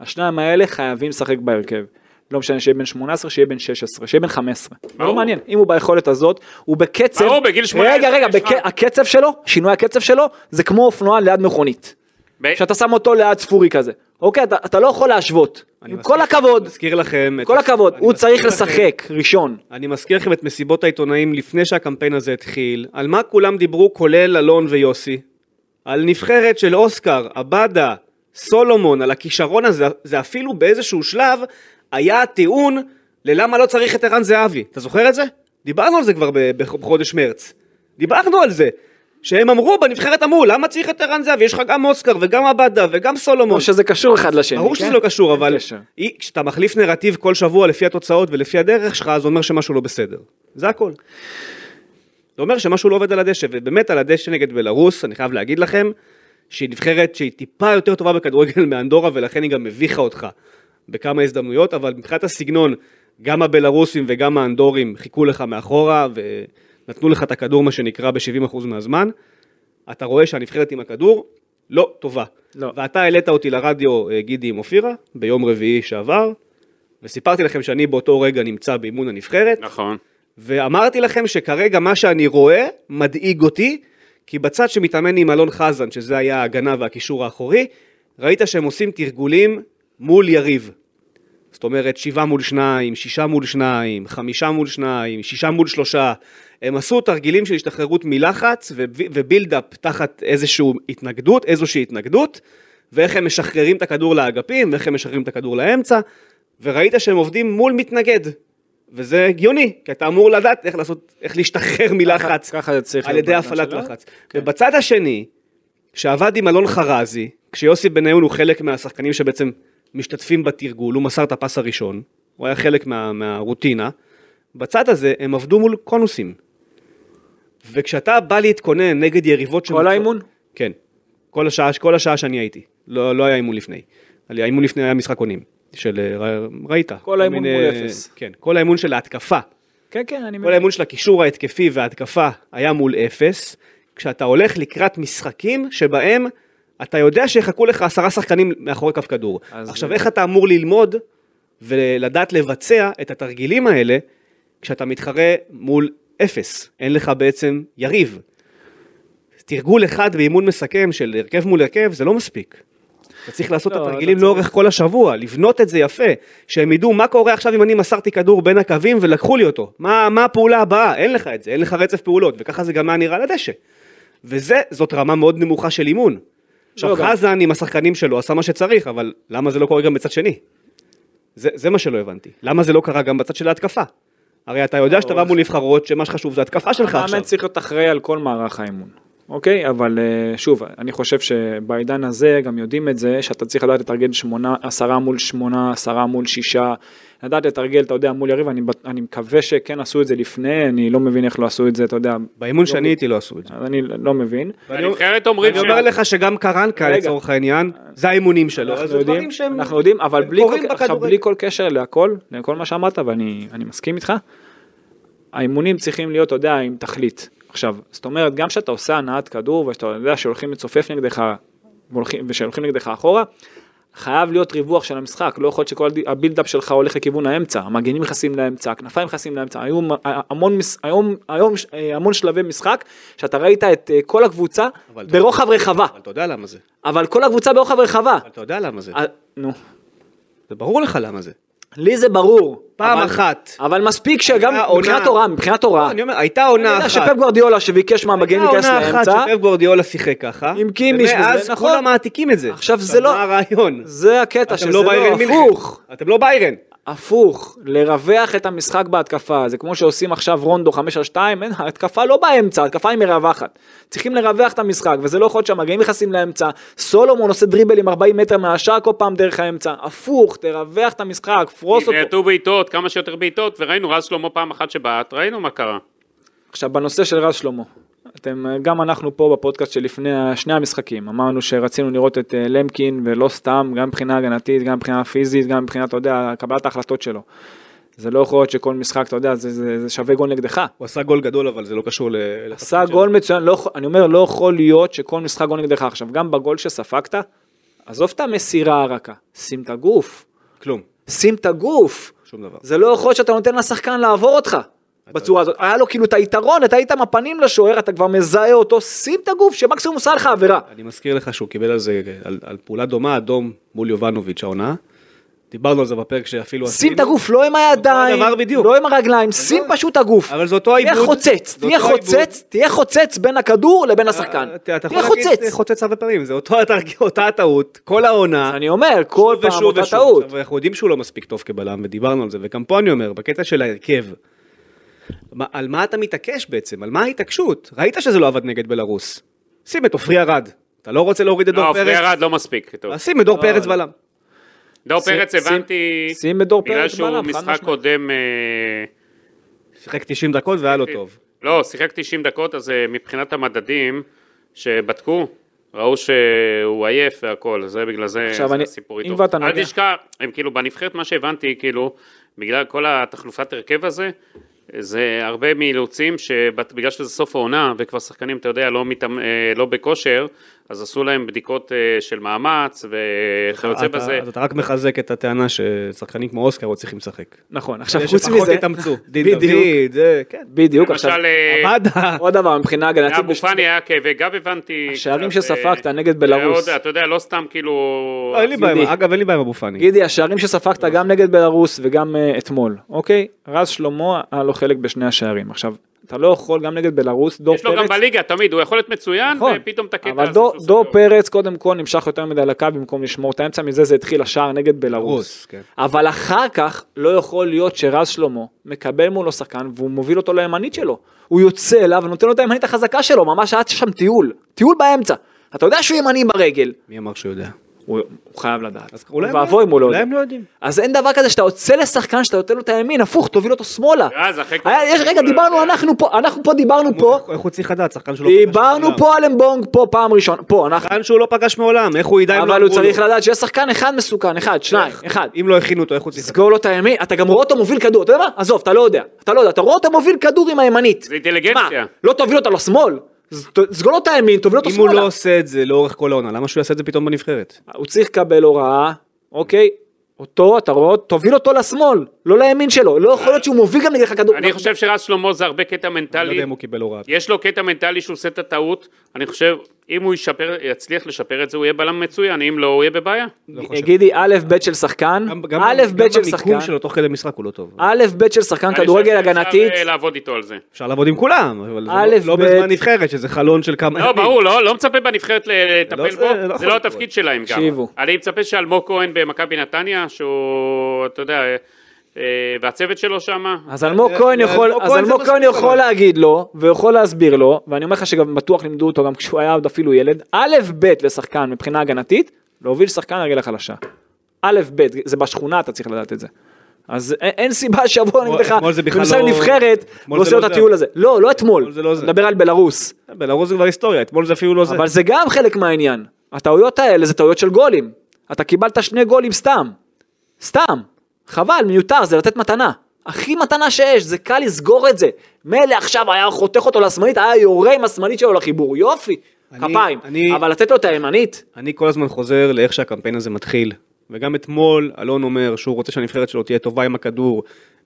S4: השניים האלה חייבים לשחק בהרכב. לא משנה שיהיה בן 18, שיהיה בן 16, שיהיה בן 15. לא
S3: ברור.
S4: מעניין, אם הוא ביכולת הזאת, הוא בקצב...
S3: ברור, בגיל 18
S4: רגע, רגע,
S3: יש לך-
S4: בק... הקצב שלו, שינוי הקצב שלו, זה כמו אופנוען ליד מכונית.
S3: ב-
S4: שאתה שם אותו ליד ספורי כזה. אוקיי, אתה, אתה לא יכול להשוות. עם כל הכבוד,
S2: מזכיר לכם, את
S4: כל
S2: הש-
S4: הכבוד,
S2: אני
S4: הוא
S2: מזכיר
S4: צריך
S2: לכם-
S4: לשחק ראשון.
S2: אני מזכיר לכם את מסיבות העיתונאים לפני שהקמפיין הזה התחיל, על מה כולם דיברו כולל אלון ויוסי, על נבחרת של אוסקר, עבדה, סולומון, על הכישרון הזה, זה אפילו באיזשהו שלב היה הטיעון ללמה לא צריך את ערן זהבי, אתה זוכר את זה? דיברנו על זה כבר ב- בח- בחודש מרץ, דיברנו על זה. שהם אמרו, בנבחרת אמרו, למה צריך את ערן זהבי? יש לך גם אוסקר וגם עבדה וגם סולומון.
S4: או שזה קשור אחד לשני.
S2: ברור
S4: כן?
S2: שזה לא קשור,
S4: אין
S2: אבל
S4: קשר.
S2: היא- כשאתה מחליף נרטיב כל שבוע לפי התוצאות ולפי הדרך שלך, אז זה אומר שמשהו לא בסדר. זה הכל. זה אומר שמשהו לא עובד על הדשא, ובאמת על הדשא נגד בלרוס, אני חייב להגיד לכם, שהיא נבחרת שהיא טיפה יותר טובה בכדורגל מאנדורה, ולכן היא גם הביכה אותך בכמה הזדמנויות, אבל מבחינת הסגנון, גם הבלרוסים וגם האנדורים חיכו לך מאחורה, ונתנו לך את הכדור, מה שנקרא, ב-70% מהזמן. אתה רואה שהנבחרת עם הכדור לא טובה.
S4: לא.
S2: ואתה העלית אותי לרדיו, אה, גידי עם אופירה, ביום רביעי שעבר, וסיפרתי לכם שאני באותו רגע נמצא באימון הנבחרת,
S3: נכון.
S2: ואמרתי לכם שכרגע מה שאני רואה מדאיג אותי, כי בצד שמתאמן עם אלון חזן, שזה היה ההגנה והקישור האחורי, ראית שהם עושים תרגולים מול יריב. זאת זאת אומרת, שבעה מול שניים, שישה מול שניים, חמישה מול שניים, שישה מול שלושה. הם עשו תרגילים של השתחררות מלחץ וב- ובילדאפ תחת איזושהי התנגדות, איזושהי התנגדות, ואיך הם משחררים את הכדור לאגפים, ואיך הם משחררים את הכדור לאמצע, וראית שהם עובדים מול מתנגד. וזה הגיוני, כי אתה אמור לדעת איך לעשות, איך להשתחרר מלחץ.
S4: ככה זה צריך
S2: על
S4: להיות כן.
S2: ידי
S4: בעמדה
S2: הפעלת
S4: שלה.
S2: לחץ. ובצד השני, שעבד עם אלון חרזי, כשיוסי בניון הוא חלק מהשחקנים שבעצם משתתפים בתרגול, הוא מסר את הפס הראשון, הוא היה חלק מה, מהרוטינה, בצד הזה הם עבדו מול קונוסים. וכשאתה בא להתכונן נגד יריבות
S4: כל האימון?
S2: כן. כל השעה, כל השעה שאני הייתי. לא, לא היה אימון לפני. היה- האימון לפני היה משחק אונים. של... אה, ר- ראית. כל
S4: האימון
S2: מיני-
S4: מול אפס.
S2: כן. כל האימון של ההתקפה.
S4: כן, כן, אני
S2: כל
S4: מבין.
S2: האימון של הקישור ההתקפי וההתקפה היה מול אפס, כשאתה הולך לקראת משחקים שבהם אתה יודע שיחכו לך עשרה שחקנים מאחורי קו כדור.
S4: אז-
S2: עכשיו, איך אתה אמור ללמוד ולדעת לבצע את התרגילים האלה כשאתה מתחרה מול אפס? אין לך בעצם יריב. תרגול אחד באימון מסכם של הרכב מול הרכב זה לא מספיק. אתה צריך לעשות את
S4: לא,
S2: התרגילים
S4: לא צריך.
S2: לאורך כל השבוע, לבנות את זה יפה, שהם ידעו מה קורה עכשיו אם אני מסרתי כדור בין הקווים ולקחו לי אותו, מה, מה הפעולה הבאה, אין לך את זה, אין לך רצף פעולות, וככה זה גם היה נראה על הדשא. וזאת רמה מאוד נמוכה של אימון. עכשיו
S4: לא, גם-
S2: חזן עם השחקנים שלו עשה מה שצריך, אבל למה זה לא קורה גם בצד שני? זה, זה מה שלא הבנתי, למה זה לא קרה גם בצד של ההתקפה? הרי אתה יודע שאתה בא מול נבחרות, שמה שחשוב זה התקפה שלך עכשיו.
S4: לא, המאמן צריך להיות אחראי על כל מערך האימון, אוקיי? אבל אה, שוב, אני חושב שבעידן הזה גם יודעים את זה, שאתה צריך לדעת לתרגל שמונה, עשרה מול שמונה, עשרה מול שישה, לדעת לתרגל, אתה יודע, מול יריב, אני, בט- אני מקווה שכן עשו את זה לפני, אני לא מבין איך לא עשו את זה, אתה יודע,
S2: באימון שאני הייתי לא עשו את זה.
S4: אז אני לא מבין.
S2: ואני אומר-
S3: הנבחרת אומרים
S2: אני אומר
S3: ש...
S2: לך שגם קרנקה
S4: רגע.
S2: לצורך העניין, זה האימונים שלו, אז
S4: אנחנו
S2: זה
S4: יודעים,
S2: דברים שהם
S4: לא אנחנו יודעים, אבל
S2: הם
S4: בלי
S2: קורים
S4: כל, עכשיו,
S2: בכדורגל.
S4: בלי כל קשר להכל, לכל מה שאמרת, ואני אני מסכים איתך, האימונים צריכים להיות, אתה יודע, עם תכלית. עכשיו, זאת אומרת, גם כשאתה עושה הנעת כדור, ושאתה יודע שהולכים לצופף נגדך, והולכים- ושהולכים נגדך אחורה, חייב להיות ריווח של המשחק, לא יכול להיות שכל הדי- הבילדאפ שלך הולך לכיוון האמצע, המגנים נכנסים לאמצע, הכנפיים נכנסים לאמצע, היו מ- המון, מס- היום, היום, אה, המון שלבי משחק, שאתה ראית את אה, כל הקבוצה
S2: אבל-
S4: ברוחב רחבה,
S2: אבל אתה יודע למה זה.
S4: אבל כל הקבוצה ברוחב רחבה.
S2: אבל אתה יודע למה זה.
S4: אה, נו.
S2: זה ברור לך למה זה.
S4: לי זה ברור.
S2: פעם
S4: אבל-
S2: אחת.
S4: אבל מספיק שגם
S2: הייתה עונה- לא,
S4: מבחינת הוראה, מבחינת הוראה.
S2: אני אומר, הייתה עונה
S4: אה. יודע
S2: אחת.
S4: שפפ גוורדיולה שביקש מהמגן
S2: הייתה
S4: להיכנס
S2: עונה אחת
S4: לאמצע,
S2: שפפ גוורדיולה שיחק ככה.
S4: עם קימיש וזה,
S2: ומאז
S4: נכון.
S2: כולם מעתיקים את זה.
S4: עכשיו זה לא-
S2: מה הרעיון?
S4: זה הקטע
S2: אתם
S4: שזה
S2: לא
S4: לא
S2: ביירן
S4: הפוך.
S2: מינכן. אתם לא ביירן.
S4: הפוך, לרווח את המשחק בהתקפה, זה כמו שעושים עכשיו רונדו 5 על 2, אין, ההתקפה לא באמצע, ההתקפה היא מרווחת. צריכים לרווח את המשחק, וזה לא יכול להיות שהמגעים נכנסים לאמצע, סולומון עושה דריבלים 40 מטר מהשאר כל פעם דרך האמצע, הפוך, תרווח את המשחק, פרוס אותו.
S3: נבעטו בעיטות, כמה שיותר בעיטות, וראינו רז שלמה פעם אחת שבעט, ראינו מה קרה.
S4: עכשיו בנושא של רז שלמה, אתם, אה, גם אנחנו פה בפודקאסט שלפני ה- שני המשחקים, אמרנו שרצינו לראות את אה, למקין ולא סתם, גם מבחינה הגנתית, גם מבחינה פיזית, גם מבחינת, אתה יודע, קבלת ההחלטות שלו. זה לא יכול להיות שכל משחק, אתה יודע, זה, זה, זה שווה גול נגדך.
S2: הוא עשה גול גדול, אבל זה לא קשור ל...
S4: עשה גול מצוין, לא, יכול- אני אומר, לא יכול להיות שכל משחק גול נגדך. עכשיו, גם בגול שספגת, עזוב את המסירה הרכה, שים את הגוף,
S2: כלום.
S4: שים את הגוף.
S2: שום דבר.
S4: זה לא יכול להיות שאתה נותן לשחקן לעבור אותך בצורה הזאת. היה לו כאילו את היתרון, אתה היית עם הפנים לשוער, אתה כבר מזהה אותו, שים את הגוף שמקסימום עושה לך עבירה.
S2: אני מזכיר לך שהוא קיבל על זה, על, על פעולה דומה, אדום מול יובנוביץ' העונה. דיברנו על זה בפרק שאפילו
S4: שים את הגוף, לא עם הידיים,
S2: הדבר בדיוק.
S4: לא עם הרגליים, שים פשוט את הגוף.
S2: אבל זה אותו
S4: תהיה
S2: העיבוד.
S4: חוצץ,
S2: זה
S4: תהיה
S2: אותו העיבוד.
S4: חוצץ, תהיה חוצץ בין הכדור לבין השחקן.
S2: אתה אתה
S4: תהיה
S2: יכול להגיד אה,
S4: חוצץ.
S2: חוצץ הרבה פעמים, זה אותו התרגיל, אותה הטעות, כל העונה.
S4: אני אומר, כל
S2: שוב
S4: פעם
S2: ושוב
S4: אותה
S2: ושוב.
S4: טעות.
S2: עכשיו, אנחנו יודעים שהוא לא מספיק טוב כבלם, ודיברנו על זה, וגם פה אני אומר, בקטע של ההרכב, מה- על מה אתה מתעקש בעצם? על מה ההתעקשות? ראית שזה לא עבד נגד בלארוס. שים את עופרי ארד. אתה לא רוצה להוריד את
S3: לא,
S2: דור
S3: עופרי
S2: פרץ?
S3: ארד לא מספיק. טוב.
S2: אז שים את דור פרץ בלם.
S3: דור
S4: שים-
S3: פרץ
S4: שים-
S3: הבנתי,
S4: שים את דור
S3: בגלל
S4: פרץ בלם,
S3: שהוא
S4: חד
S3: משחק
S4: משמעית.
S3: קודם, אה,
S2: שיחק 90 דקות והיה לו טוב.
S3: לא, שיחק 90 דקות, אז אה, מבחינת המדדים שבדקו, ראו שהוא עייף והכל, זה בגלל זה,
S4: עכשיו
S3: זה
S4: אני-
S3: הסיפור
S4: אם
S3: איתו.
S4: כבר אתה
S3: אל
S4: נוגע-
S3: תשכח, הם כאילו בנבחרת, מה שהבנתי, כאילו, בגלל כל התחלופת הרכב הזה, זה הרבה מאילוצים שבגלל שזה סוף העונה, וכבר שחקנים, אתה יודע, לא, מתאמ... אה, לא בכושר, אז עשו להם בדיקות אה, של מאמץ וכיוצא
S2: אתה-
S3: בזה.
S2: אז אתה רק מחזק את הטענה ששחקנים כמו אוסקר עוד צריכים לשחק.
S4: נכון, עכשיו
S2: אלה
S4: חוץ
S2: שפחות
S4: מזה,
S2: התאמצו. דין
S4: בדיוק,
S2: דוד, זה, כן.
S4: בדיוק, עכשיו,
S3: למשל, אה,
S2: עבדה.
S4: עוד דבר, מבחינה הגנתית,
S3: אבו
S4: בש-
S3: פאני היה כאבי גב הבנתי.
S4: אוקיי, השערים
S3: קצת,
S4: שספגת
S3: אה,
S4: נגד בלרוס.
S3: מאוד, אתה יודע, לא סתם כאילו...
S2: לא, אין לי בעיה, עם-
S4: גידי.
S2: אגב, אין לי בעיה עם אבו פאני.
S4: גידי, השערים שספגת גם נגד בלרוס וגם אה, אתמול, אוקיי? רז שלמה היה לו חלק בשני השערים. עכשיו, אתה לא יכול גם נגד בלרוס, דור
S3: יש לו גם
S4: פרץ,
S3: בליגה, תמיד, הוא יכול להיות מצוין,
S4: נכון,
S3: ופתאום את הקטע
S4: אבל
S3: הזה
S4: דור-
S3: שהוא
S4: דור
S3: סופר.
S4: פרץ קודם כל נמשך יותר מדי לקו במקום לשמור את האמצע, מזה זה התחיל השער נגד בלרוס.
S2: רוס, כן.
S4: אבל אחר כך לא יכול להיות שרז שלמה מקבל מולו שחקן והוא מוביל אותו לימנית שלו. הוא יוצא אליו ונותן לו את הימנית החזקה שלו, ממש היה שם טיול, טיול באמצע. אתה יודע שהוא ימני ברגל,
S2: מי אמר שהוא יודע?
S4: הוא הוא חייב לדעת.
S2: אז אולי הם
S4: ואבוי אם הוא לא
S2: אולי
S4: יודע.
S2: הם לא יודעים.
S4: אז אין דבר כזה שאתה יוצא לשחקן שאתה נותן לו את הימין, הפוך, תוביל אותו שמאלה.
S3: ואז אה, אחרי כל- אה.
S4: היה- יש, רגע, דיברנו, אנחנו פה, אנחנו פה דיברנו פה,
S2: איך הוא צריך לדעת? שחקן שהוא לא פגש
S4: דיברנו
S2: מעולם.
S4: פה על אמבונג פה פעם ראשונה, פה, אנחנו,
S2: שחקן שהוא לא פגש מעולם, איך הוא ידע אם לא
S4: אבל הוא
S2: אמרו לו?
S4: צריך לדעת שיש שחקן אחד מסוכן, אחד, שניים, אחד.
S2: אם לא הכינו אותו, איך הוא צריך לדעת?
S4: סגור לו את הימין, אתה גם רואה אותו מוביל כדור, אתה יודע מה? עזוב, אתה לא יודע, אתה לא יודע, אתה רואה אותו מוביל כדור עם הימנית.
S3: זה אינטליגנציה.
S4: מה, לא תוביל אותו לשמאל? ס- ת- סגור לו את הימין, תוביל אותו
S2: אם הוא
S4: שמאלה.
S2: לא עושה את זה לאורך כל העונה, למה שהוא יעשה את זה פתאום בנבחרת?
S4: הוא צריך לקבל הוראה, אוקיי? אותו, אתה רואה, תוביל אותו לשמאל, לא לימין שלו. לא יכול להיות שהוא מוביל גם נגדך כדור.
S3: אני חושב שרז שלמה זה הרבה קטע
S2: אני לא
S3: מנטלי.
S2: יודע אם הוא קיבל הוראה.
S3: יש לו קטע מנטלי שהוא עושה את הטעות. אני חושב, אם הוא ישפר, יצליח לשפר את זה, הוא יהיה בלם מצוין, אם לא, הוא יהיה בבעיה.
S2: חושב.
S4: גידי, א' ב' של שחקן,
S2: גם- גם
S4: א'
S2: גם
S4: ב' של
S2: במיקום
S4: שחקן,
S2: שלו תוך כדי משחק הוא לא טוב.
S4: א' ב' של שחקן כדורגל
S3: אני חושב שאפשר,
S4: הגנתית,
S3: אה, לעבוד איתו על זה.
S2: אפשר לעבוד עם כולם, אבל זה לא-
S4: א',
S2: לא
S4: ב'.
S2: בזמן נבחרת, שזה חלון של כמה...
S3: לא,
S2: ימים.
S3: ברור, לא לא מצפה בנבחרת ל-
S2: לא,
S3: לטפל
S2: זה- לא
S3: בו, זה
S2: יכול
S3: לא
S2: לקרות.
S3: התפקיד שלהם גם.
S4: תקשיבו.
S3: אני מצפה שאלמוג כהן במכבי נתניה, שהוא, אתה יודע, אה, אה, והצוות שלו שם,
S4: אז אלמוג
S2: אה,
S4: כהן
S2: אה,
S4: יכול,
S2: אלמוג
S4: אז
S2: כהן
S4: אלמוג
S2: זה
S4: כהן
S2: מספיק,
S4: יכול
S2: אבל-
S4: להגיד לו, ויכול להסביר לו, ואני אומר לך שגם בטוח לימדו אותו גם כשהוא היה עוד אפילו ילד, א' ב' לשחקן מבחינה הגנתית, להוביל שחקן לרגל החלשה. א' ב', זה בשכונה אתה צריך לדעת את זה. אז א- אין סיבה שיבוא נגדך,
S2: אתמול זה בכלל
S4: בנושא
S2: לא-
S4: נבחרת,
S2: אתמול זה
S4: ועושה לו את
S2: לא זה.
S4: הטיול הזה. לא, לא אתמול,
S2: אתמול זה לא זה.
S4: מדבר על בלרוס.
S2: בלרוס זה כבר היסטוריה, אתמול זה אפילו לא זה.
S4: אבל זה גם חלק מהעניין. הטעויות האלה זה טעויות של גולים. אתה קיבלת שני גולים סתם. סתם. חבל, מיותר, זה לתת מתנה. הכי מתנה שיש, זה קל לסגור את זה. מילא עכשיו היה חותך אותו לשמאלית, היה יורה עם השמאלית שלו לחיבור, יופי.
S2: אני-
S4: כפיים.
S2: אני-
S4: אבל לתת לו את הימנית,
S2: אני כל הזמן חוזר לאיך שהקמפיין הזה מתחיל. וגם אתמול אלון אומר שהוא רוצה שהנבחרת שלו תהיה טובה עם הכדור,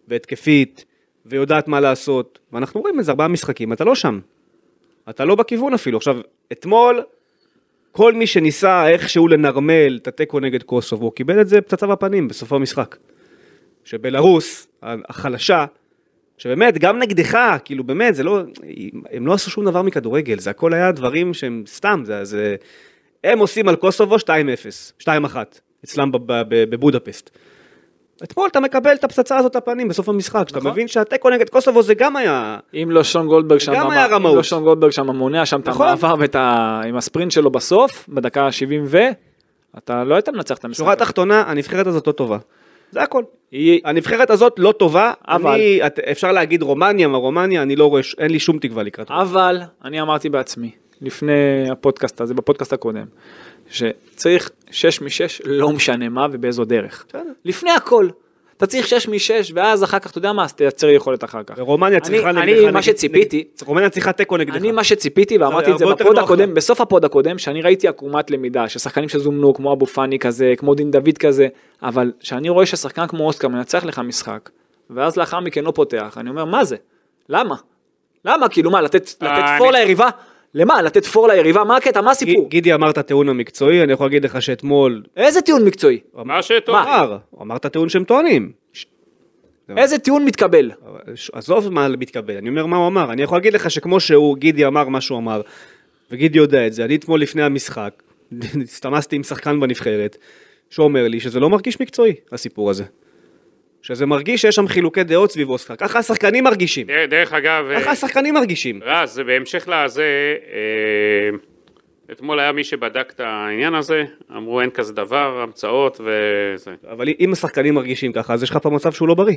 S2: והתקפית, ויודעת מה לעשות. ואנחנו רואים איזה ארבעה משחקים, אתה לא שם. אתה לא בכיוון אפילו. עכשיו, אתמול, כל מי שניסה איכשהו לנרמל את התיקו נגד קוסובו, קיבל את זה פצצה בפנים בסוף המשחק. שבלרוס, החלשה, שבאמת, גם נגדך, כאילו באמת, זה לא, הם לא עשו שום דבר מכדורגל, זה הכל היה דברים שהם סתם, זה, זה, הם עושים על קוסובו 2-0, 2-1, אצלם בב- בב- בבודפשט. אתמול אתה מקבל את הפצצה הזאת לפנים בסוף המשחק, שאתה
S4: נכון.
S2: מבין שהתיקו נגד קוסובו זה גם היה...
S4: אם לא שון גולדברג שם,
S2: גם היה
S4: אם
S2: רמאות.
S4: לא שון גולדברג שם מונע שם את
S2: נכון.
S4: המעבר ואת ה... עם הספרינט שלו בסוף, בדקה ה-70 ו... אתה לא היית מנצח את המשחק.
S2: שורה תחתונה, הנבחרת הזאת לא טובה. זה הכל.
S4: היא-
S2: הנבחרת הזאת לא טובה,
S4: אבל-
S2: אבל... אני, את- אפשר להגיד רומניה, מה רומניה, אני לא רואה, ש- אין לי שום תקווה לקראת.
S4: אבל אני אמרתי בעצמי, לפני הפודקאסט הזה, בפודקאסט הקודם, שצריך 6 מ-6, לא משנה מה ובאיזו דרך.
S2: בסדר.
S4: לפני הכל. אתה צריך 6 מ-6, ואז אחר כך, אתה יודע מה, אז תייצר יכולת אחר כך.
S2: רומניה צריכה
S4: אני-
S2: נגדך...
S4: אני, מה
S2: נגד-
S4: שציפיתי,
S2: נגד- רומניה צריכה תיקו נגדך.
S4: אני מה שציפיתי ואמרתי
S2: זה
S4: את זה
S2: הרבה יותר
S4: בפוד
S2: נוח
S4: הקודם
S2: לה.
S4: בסוף הפוד הקודם שאני ראיתי עקומת למידה ששחקנים שזומנו כמו אבו פאני כזה כמו דין דוד כזה אבל שאני רואה ששחקן כמו אוסקר מנצח לך משחק ואז לאחר מכן לא פותח אני אומר מה זה למה למה כאילו מה לתת לתת
S3: אה,
S4: פור
S3: אני-
S4: ליריבה למה לתת פור ליריבה מה הקטע מה הסיפור
S2: ג- גידי אמר את הטיעון המקצועי, אני יכול להגיד לך שאתמול...
S4: איזה טיעון מקצועי
S3: מה שטוב.
S2: הוא אמר, הוא אמר את הטיעון שהם טוענים.
S4: איזה טיעון מתקבל
S2: אבל ש- עזוב מה מתקבל, אני אומר מה הוא אמר. אני יכול להגיד לך שכמו שהוא, גידי אמר מה שהוא אמר, וגידי יודע את זה, אני אתמול לפני המשחק, הסתמסתי עם שחקן בנבחרת, שאומר לי שזה לא מרגיש מקצועי, הסיפור הזה. שזה מרגיש שיש שם חילוקי דעות סביב אוסקר. ככה השחקנים מרגישים.
S3: דר- דרך אגב, אה,
S2: ככה השחקנים מרגישים.
S3: רז, זה בהמשך לזה, אה, אתמול היה מי שבדק את העניין הזה, אמרו אין כזה דבר, המצאות וזה.
S2: אבל אם השחקנים מרגישים ככה, אז יש לך פה מצב שהוא לא בריא.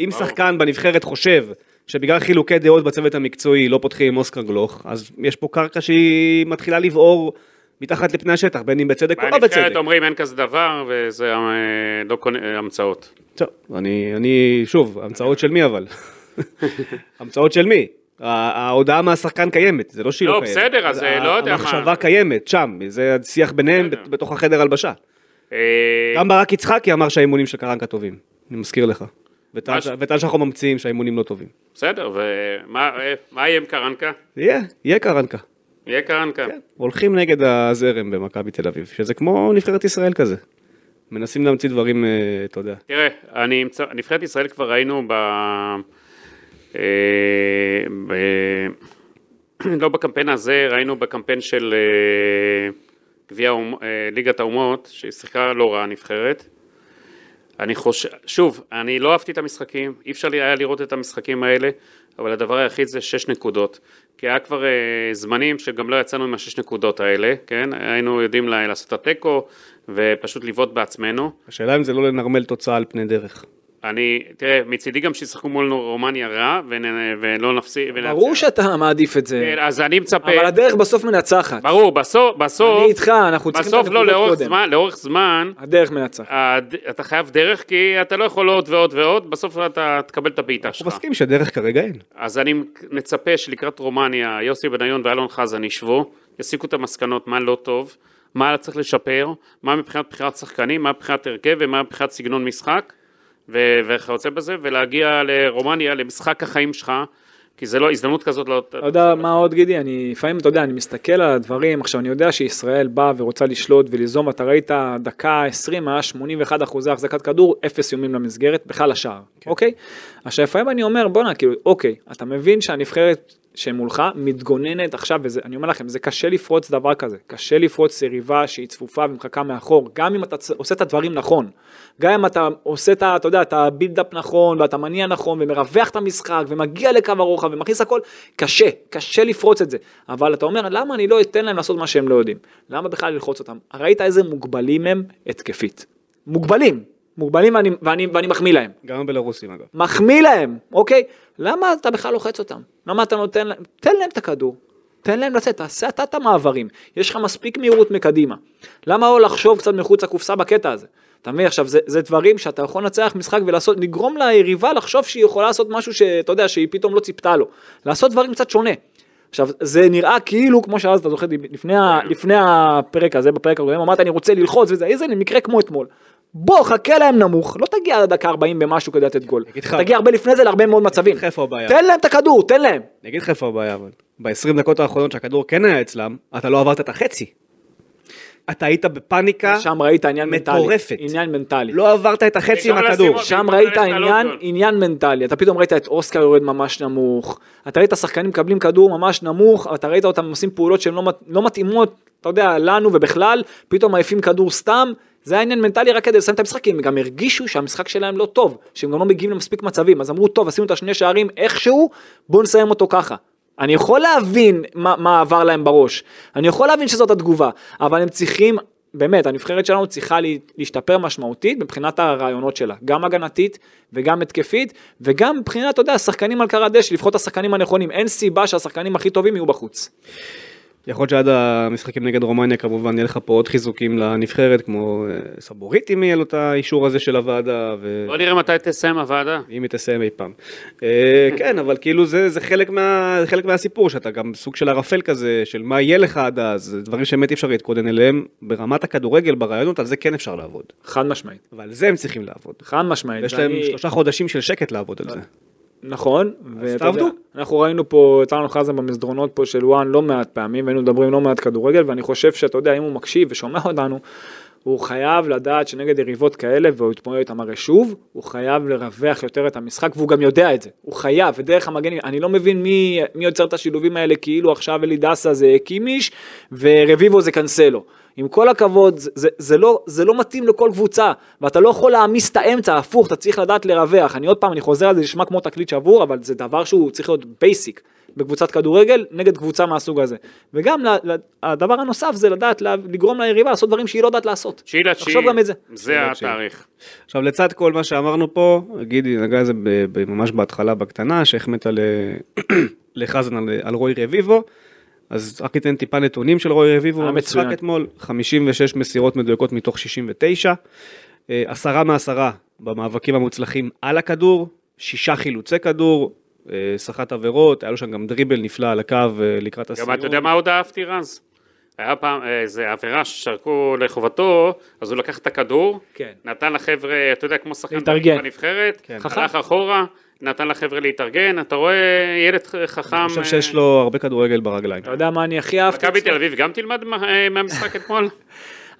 S2: אם שחקן בנבחרת חושב שבגלל חילוקי דעות בצוות המקצועי לא פותחים עם אוסקר גלוך, אז יש פה קרקע שהיא מתחילה לבעור מתחת לפני השטח, בין אם בצדק או לא בצדק.
S3: בנבחרת אומרים אין כזה דבר, וזה אה, לא קונה- אה, המצאות.
S2: טוב, אני, אני, שוב, המצאות של מי אבל? המצאות של מי? ה- ההודעה מהשחקן קיימת, זה לא שהיא לא
S3: לא,
S2: קיימת.
S3: בסדר, אז, אה, לא יודע מה.
S2: המחשבה קיימת, שם, זה השיח ביניהם
S3: בסדר.
S2: בתוך החדר הלבשה.
S3: אה,
S2: גם ברק יצחקי אמר שהאימונים של קרנקה טובים, אני מזכיר לך. וטען
S3: מה
S2: ש-
S3: ש-
S2: וטען שאנחנו ממציאים שהאימונים לא טובים.
S3: בסדר, ומה אה, מה יהיה עם קרנקה?
S2: יהיה, יהיה קרנקה.
S3: יהיה קרנקה.
S2: כן. הולכים נגד הזרם במכבי תל אביב, שזה כמו נבחרת ישראל כזה. מנסים להמציא דברים, אה, אתה יודע.
S3: תראה, אני, אמצא- נבחרת ישראל כבר ראינו ב... אה, ב... לא בקמפיין הזה, ראינו בקמפיין של אה, גביע האומ- אה, ליגת האומות, שהיא שיחקה לא רע הנבחרת. אני חושב, שוב, אני לא אהבתי את המשחקים, אי אפשר היה לראות את המשחקים האלה, אבל הדבר היחיד זה שש נקודות. כי היה כבר אה, זמנים שגם לא יצאנו עם השש נקודות האלה, כן? היינו יודעים לה- לעשות את התיקו ופשוט לבעוט בעצמנו.
S2: השאלה אם זה לא לנרמל תוצאה על פני דרך.
S3: אני, תראה, מצידי גם שישחקו מול רומניה רע, ונ- ולא נפסיד.
S4: ברור שאתה מעדיף את זה,
S3: כן, אז אני מצפה,
S4: אבל הדרך בסוף מנצחת.
S3: ברור, בסוף, בסוף,
S4: אני איתך, אנחנו צריכים את
S3: בסוף לא,
S4: הנקודות
S3: לאורך
S4: קודם.
S3: זמן, לאורך זמן,
S4: הדרך מנצחת.
S3: הד- אתה חייב דרך, כי אתה לא יכול עוד ועוד ועוד, בסוף אתה תקבל את הבעיטה
S2: הוא
S3: שלך.
S2: מסכים שדרך כרגע אין.
S3: אז אני מצפה שלקראת רומניה, יוסי בניון ואלון חזן ישבו, יסיקו את המסקנות מה לא טוב, מה צריך לשפר, מה מבחינת בחירת שחקנים, מה מבחינת הרכב ומה מבחינת סגנון משחק, ו- וכיוצא בזה, ולהגיע לרומניה, למשחק החיים שלך, כי זה לא, הזדמנות כזאת לא...
S4: אתה יודע מה עוד גידי, אני לפעמים, אתה יודע, אני מסתכל על הדברים, עכשיו אני יודע שישראל באה ורוצה לשלוט וליזום, אתה ראית דקה 20, היה 81 אחוזי החזקת כדור, אפס איומים למסגרת, בכלל לשער, אוקיי? עכשיו לפעמים אני אומר, בואנה, כאילו, אוקיי, אתה מבין שהנבחרת שמולך מתגוננת עכשיו, ואני אומר לכם, זה קשה לפרוץ דבר כזה, קשה לפרוץ יריבה שהיא צפופה ומחכה מאחור, גם אם אתה צ- עושה את הדברים נכון, גם אם אתה עושה את ה... אתה יודע, את הבילדאפ נכון, ואתה מניע נכון, ומרווח את המשחק, ומגיע לקו הרוחב, ומכניס הכל, קשה, קשה לפרוץ את זה. אבל אתה אומר, למה אני לא אתן להם לעשות מה שהם לא יודעים? למה בכלל ללחוץ אותם? ראית איזה מוגבלים הם התקפית. מוגבלים, מוגבלים ואני, ואני, ואני מחמיא להם.
S2: גם הבלרוסים אגב.
S4: מחמיא להם, אוקיי? למה אתה בכלל לוחץ אותם? למה אתה נותן להם? תן להם את הכדור. תן להם לצאת, תעשה אתה את המעברים. יש לך מספיק מהירות מקדימה. למה לא לחשוב קצת מחוץ לקופסה בקטע הזה? אתה מבין? עכשיו, זה, זה דברים שאתה יכול לנצח משחק ולעשות, לגרום ליריבה לחשוב שהיא יכולה לעשות משהו שאתה יודע, שהיא פתאום לא ציפתה לו. לעשות דברים קצת שונה. עכשיו, זה נראה כאילו, כמו שאז אתה זוכר, לפני, ה- לפני הפרק הזה, בפרק הקודם, אמרת, אני רוצה ללחוץ וזה, איזה מקרה כמו אתמול. בוא, חכה להם נמוך, לא תגיע לדקה 40 במשהו כדי לתת גול.
S2: אגיד לך-
S4: תגיע הרבה לפני זה להרבה מאוד מצבים.
S2: לך איפה הבעיה.
S4: תן להם את הכדור, תן להם.
S2: אני אגיד לך איפה הבעיה אבל. ב-20 דקות האחרונות שהכדור כן היה אצלם, אתה לא עברת את החצי. אתה היית בפאניקה,
S4: שם ראית עניין מנטלי.
S2: אה? מטורפת.
S4: עניין מנטלי.
S2: לא עברת את החצי עם
S3: וגם
S2: הכדור.
S3: לשים-
S4: שם
S3: במקום
S4: ראית
S3: ללכת על
S4: עניין,
S3: עוד לא גול.
S4: עניין מנטלי, אתה פתאום ראית את אוסקר יורד ממש נמוך, אתה ראית שחקנים מקבלים כדור ממש נמוך, אתה ראית אותם עושים פעולות שהן לא, מת- לא מתאימות, אתה יודע, לנו ובכלל, פתאום מעיפים כדור סתם, זה היה עניין מנטלי רק כדי לסיים את המשחק, כי הם גם הרגישו שהמשחק שלהם לא טוב, שהם גם לא מגיעים למספיק מצבים, אז אמרו, טוב, עשינו את השני שערים איכשהו, בואו נסיים אותו ככה. אני יכול להבין מה, מה עבר להם בראש, אני יכול להבין שזאת התגובה, אבל הם צריכים, באמת, הנבחרת שלנו צריכה לה, להשתפר משמעותית מבחינת הרעיונות שלה, גם הגנתית וגם התקפית, וגם מבחינת, אתה יודע, השחקנים על קר הדשא, לבחור את השחקנים הנכונים, אין סיבה שהשחקנים הכי טובים יהיו בחוץ.
S2: יכול להיות שעד המשחקים נגד רומניה כמובן יהיה לך פה עוד חיזוקים לנבחרת, כמו אה, סבורית אם יהיה לו את האישור הזה של הוועדה, ו-
S3: בוא נראה מתי תסיים הוועדה.
S2: אם היא תסיים אי פעם. אה, כן, אבל כאילו זה זה חלק מה- חלק מהסיפור, שאתה גם סוג של ערפל כזה, של מה יהיה לך עד אז, זה דברים שבאמת אי אפשר להתכונן אליהם. ברמת הכדורגל, ברעיונות, על זה כן אפשר לעבוד.
S4: חד משמעית,
S2: ועל זה הם צריכים לעבוד.
S4: חד משמעית.
S2: יש להם
S4: כן, ואני-
S2: שלושה חודשים של שקט לעבוד על זה.
S4: נכון, ואתה
S2: תעבדו.
S4: יודע, אנחנו ראינו פה את אלון חזן במסדרונות פה של וואן לא מעט פעמים, והיינו מדברים לא מעט כדורגל, ואני חושב שאתה יודע, אם הוא מקשיב ושומע אותנו, הוא חייב לדעת שנגד יריבות כאלה, והוא יתמודד איתם הרי שוב, הוא חייב לרווח יותר את המשחק, והוא גם יודע את זה, הוא חייב, ודרך המגנים, אני לא מבין מי, מי יוצר את השילובים האלה, כאילו עכשיו אלי דסה זה קימיש, ורביבו זה קנסלו. עם כל הכבוד, זה, זה, זה, לא, זה לא מתאים לכל קבוצה, ואתה לא יכול להעמיס את האמצע, הפוך, אתה צריך לדעת לרווח. אני עוד פעם, אני חוזר על זה, נשמע כמו תקליט שבור, אבל זה דבר שהוא צריך להיות בייסיק בקבוצת כדורגל נגד קבוצה מהסוג הזה. וגם ל, ל, הדבר הנוסף זה לדעת לה, לגרום ליריבה לעשות דברים שהיא לא יודעת לעשות.
S3: תשיעי לתשיעי,
S4: תחשוב גם את זה.
S3: זה
S2: לתשיעי.
S3: התאריך.
S2: עכשיו לצד כל מה שאמרנו פה, גידי נגע בזה ב- ב- ממש בהתחלה בקטנה, שהחמאת ל- לחזן על, על רוי רביבו, אז רק ניתן טיפה נתונים של רוי רביבו
S4: היה
S2: במשחק
S4: אה, מצוין.
S2: אתמול, 56 מסירות מדויקות מתוך 69, אה, עשרה מעשרה במאבקים המוצלחים על הכדור, שישה חילוצי כדור, אה, סחט עבירות, היה לו שם גם דריבל נפלא על הקו אה, לקראת הסיום.
S3: גם אתה יודע מה עוד אהבתי רז? היה פעם אה, איזה עבירה ששרקו לחובתו, אז הוא לקח את הכדור,
S4: כן.
S3: נתן לחבר'ה, אתה יודע, כמו שחקן
S4: להתארגן.
S3: דרך בנבחרת,
S2: כן.
S4: חכם.
S3: הלך אחורה, נתן לחבר'ה להתארגן, אתה רואה ילד חכם. אה,
S2: אני חושב שיש לו הרבה כדורגל ברגליים.
S4: אה, אתה יודע מה אני הכי אהבתי?
S3: מכבי תל אביב גם תלמד מה- אה, מהמשחק אתמול?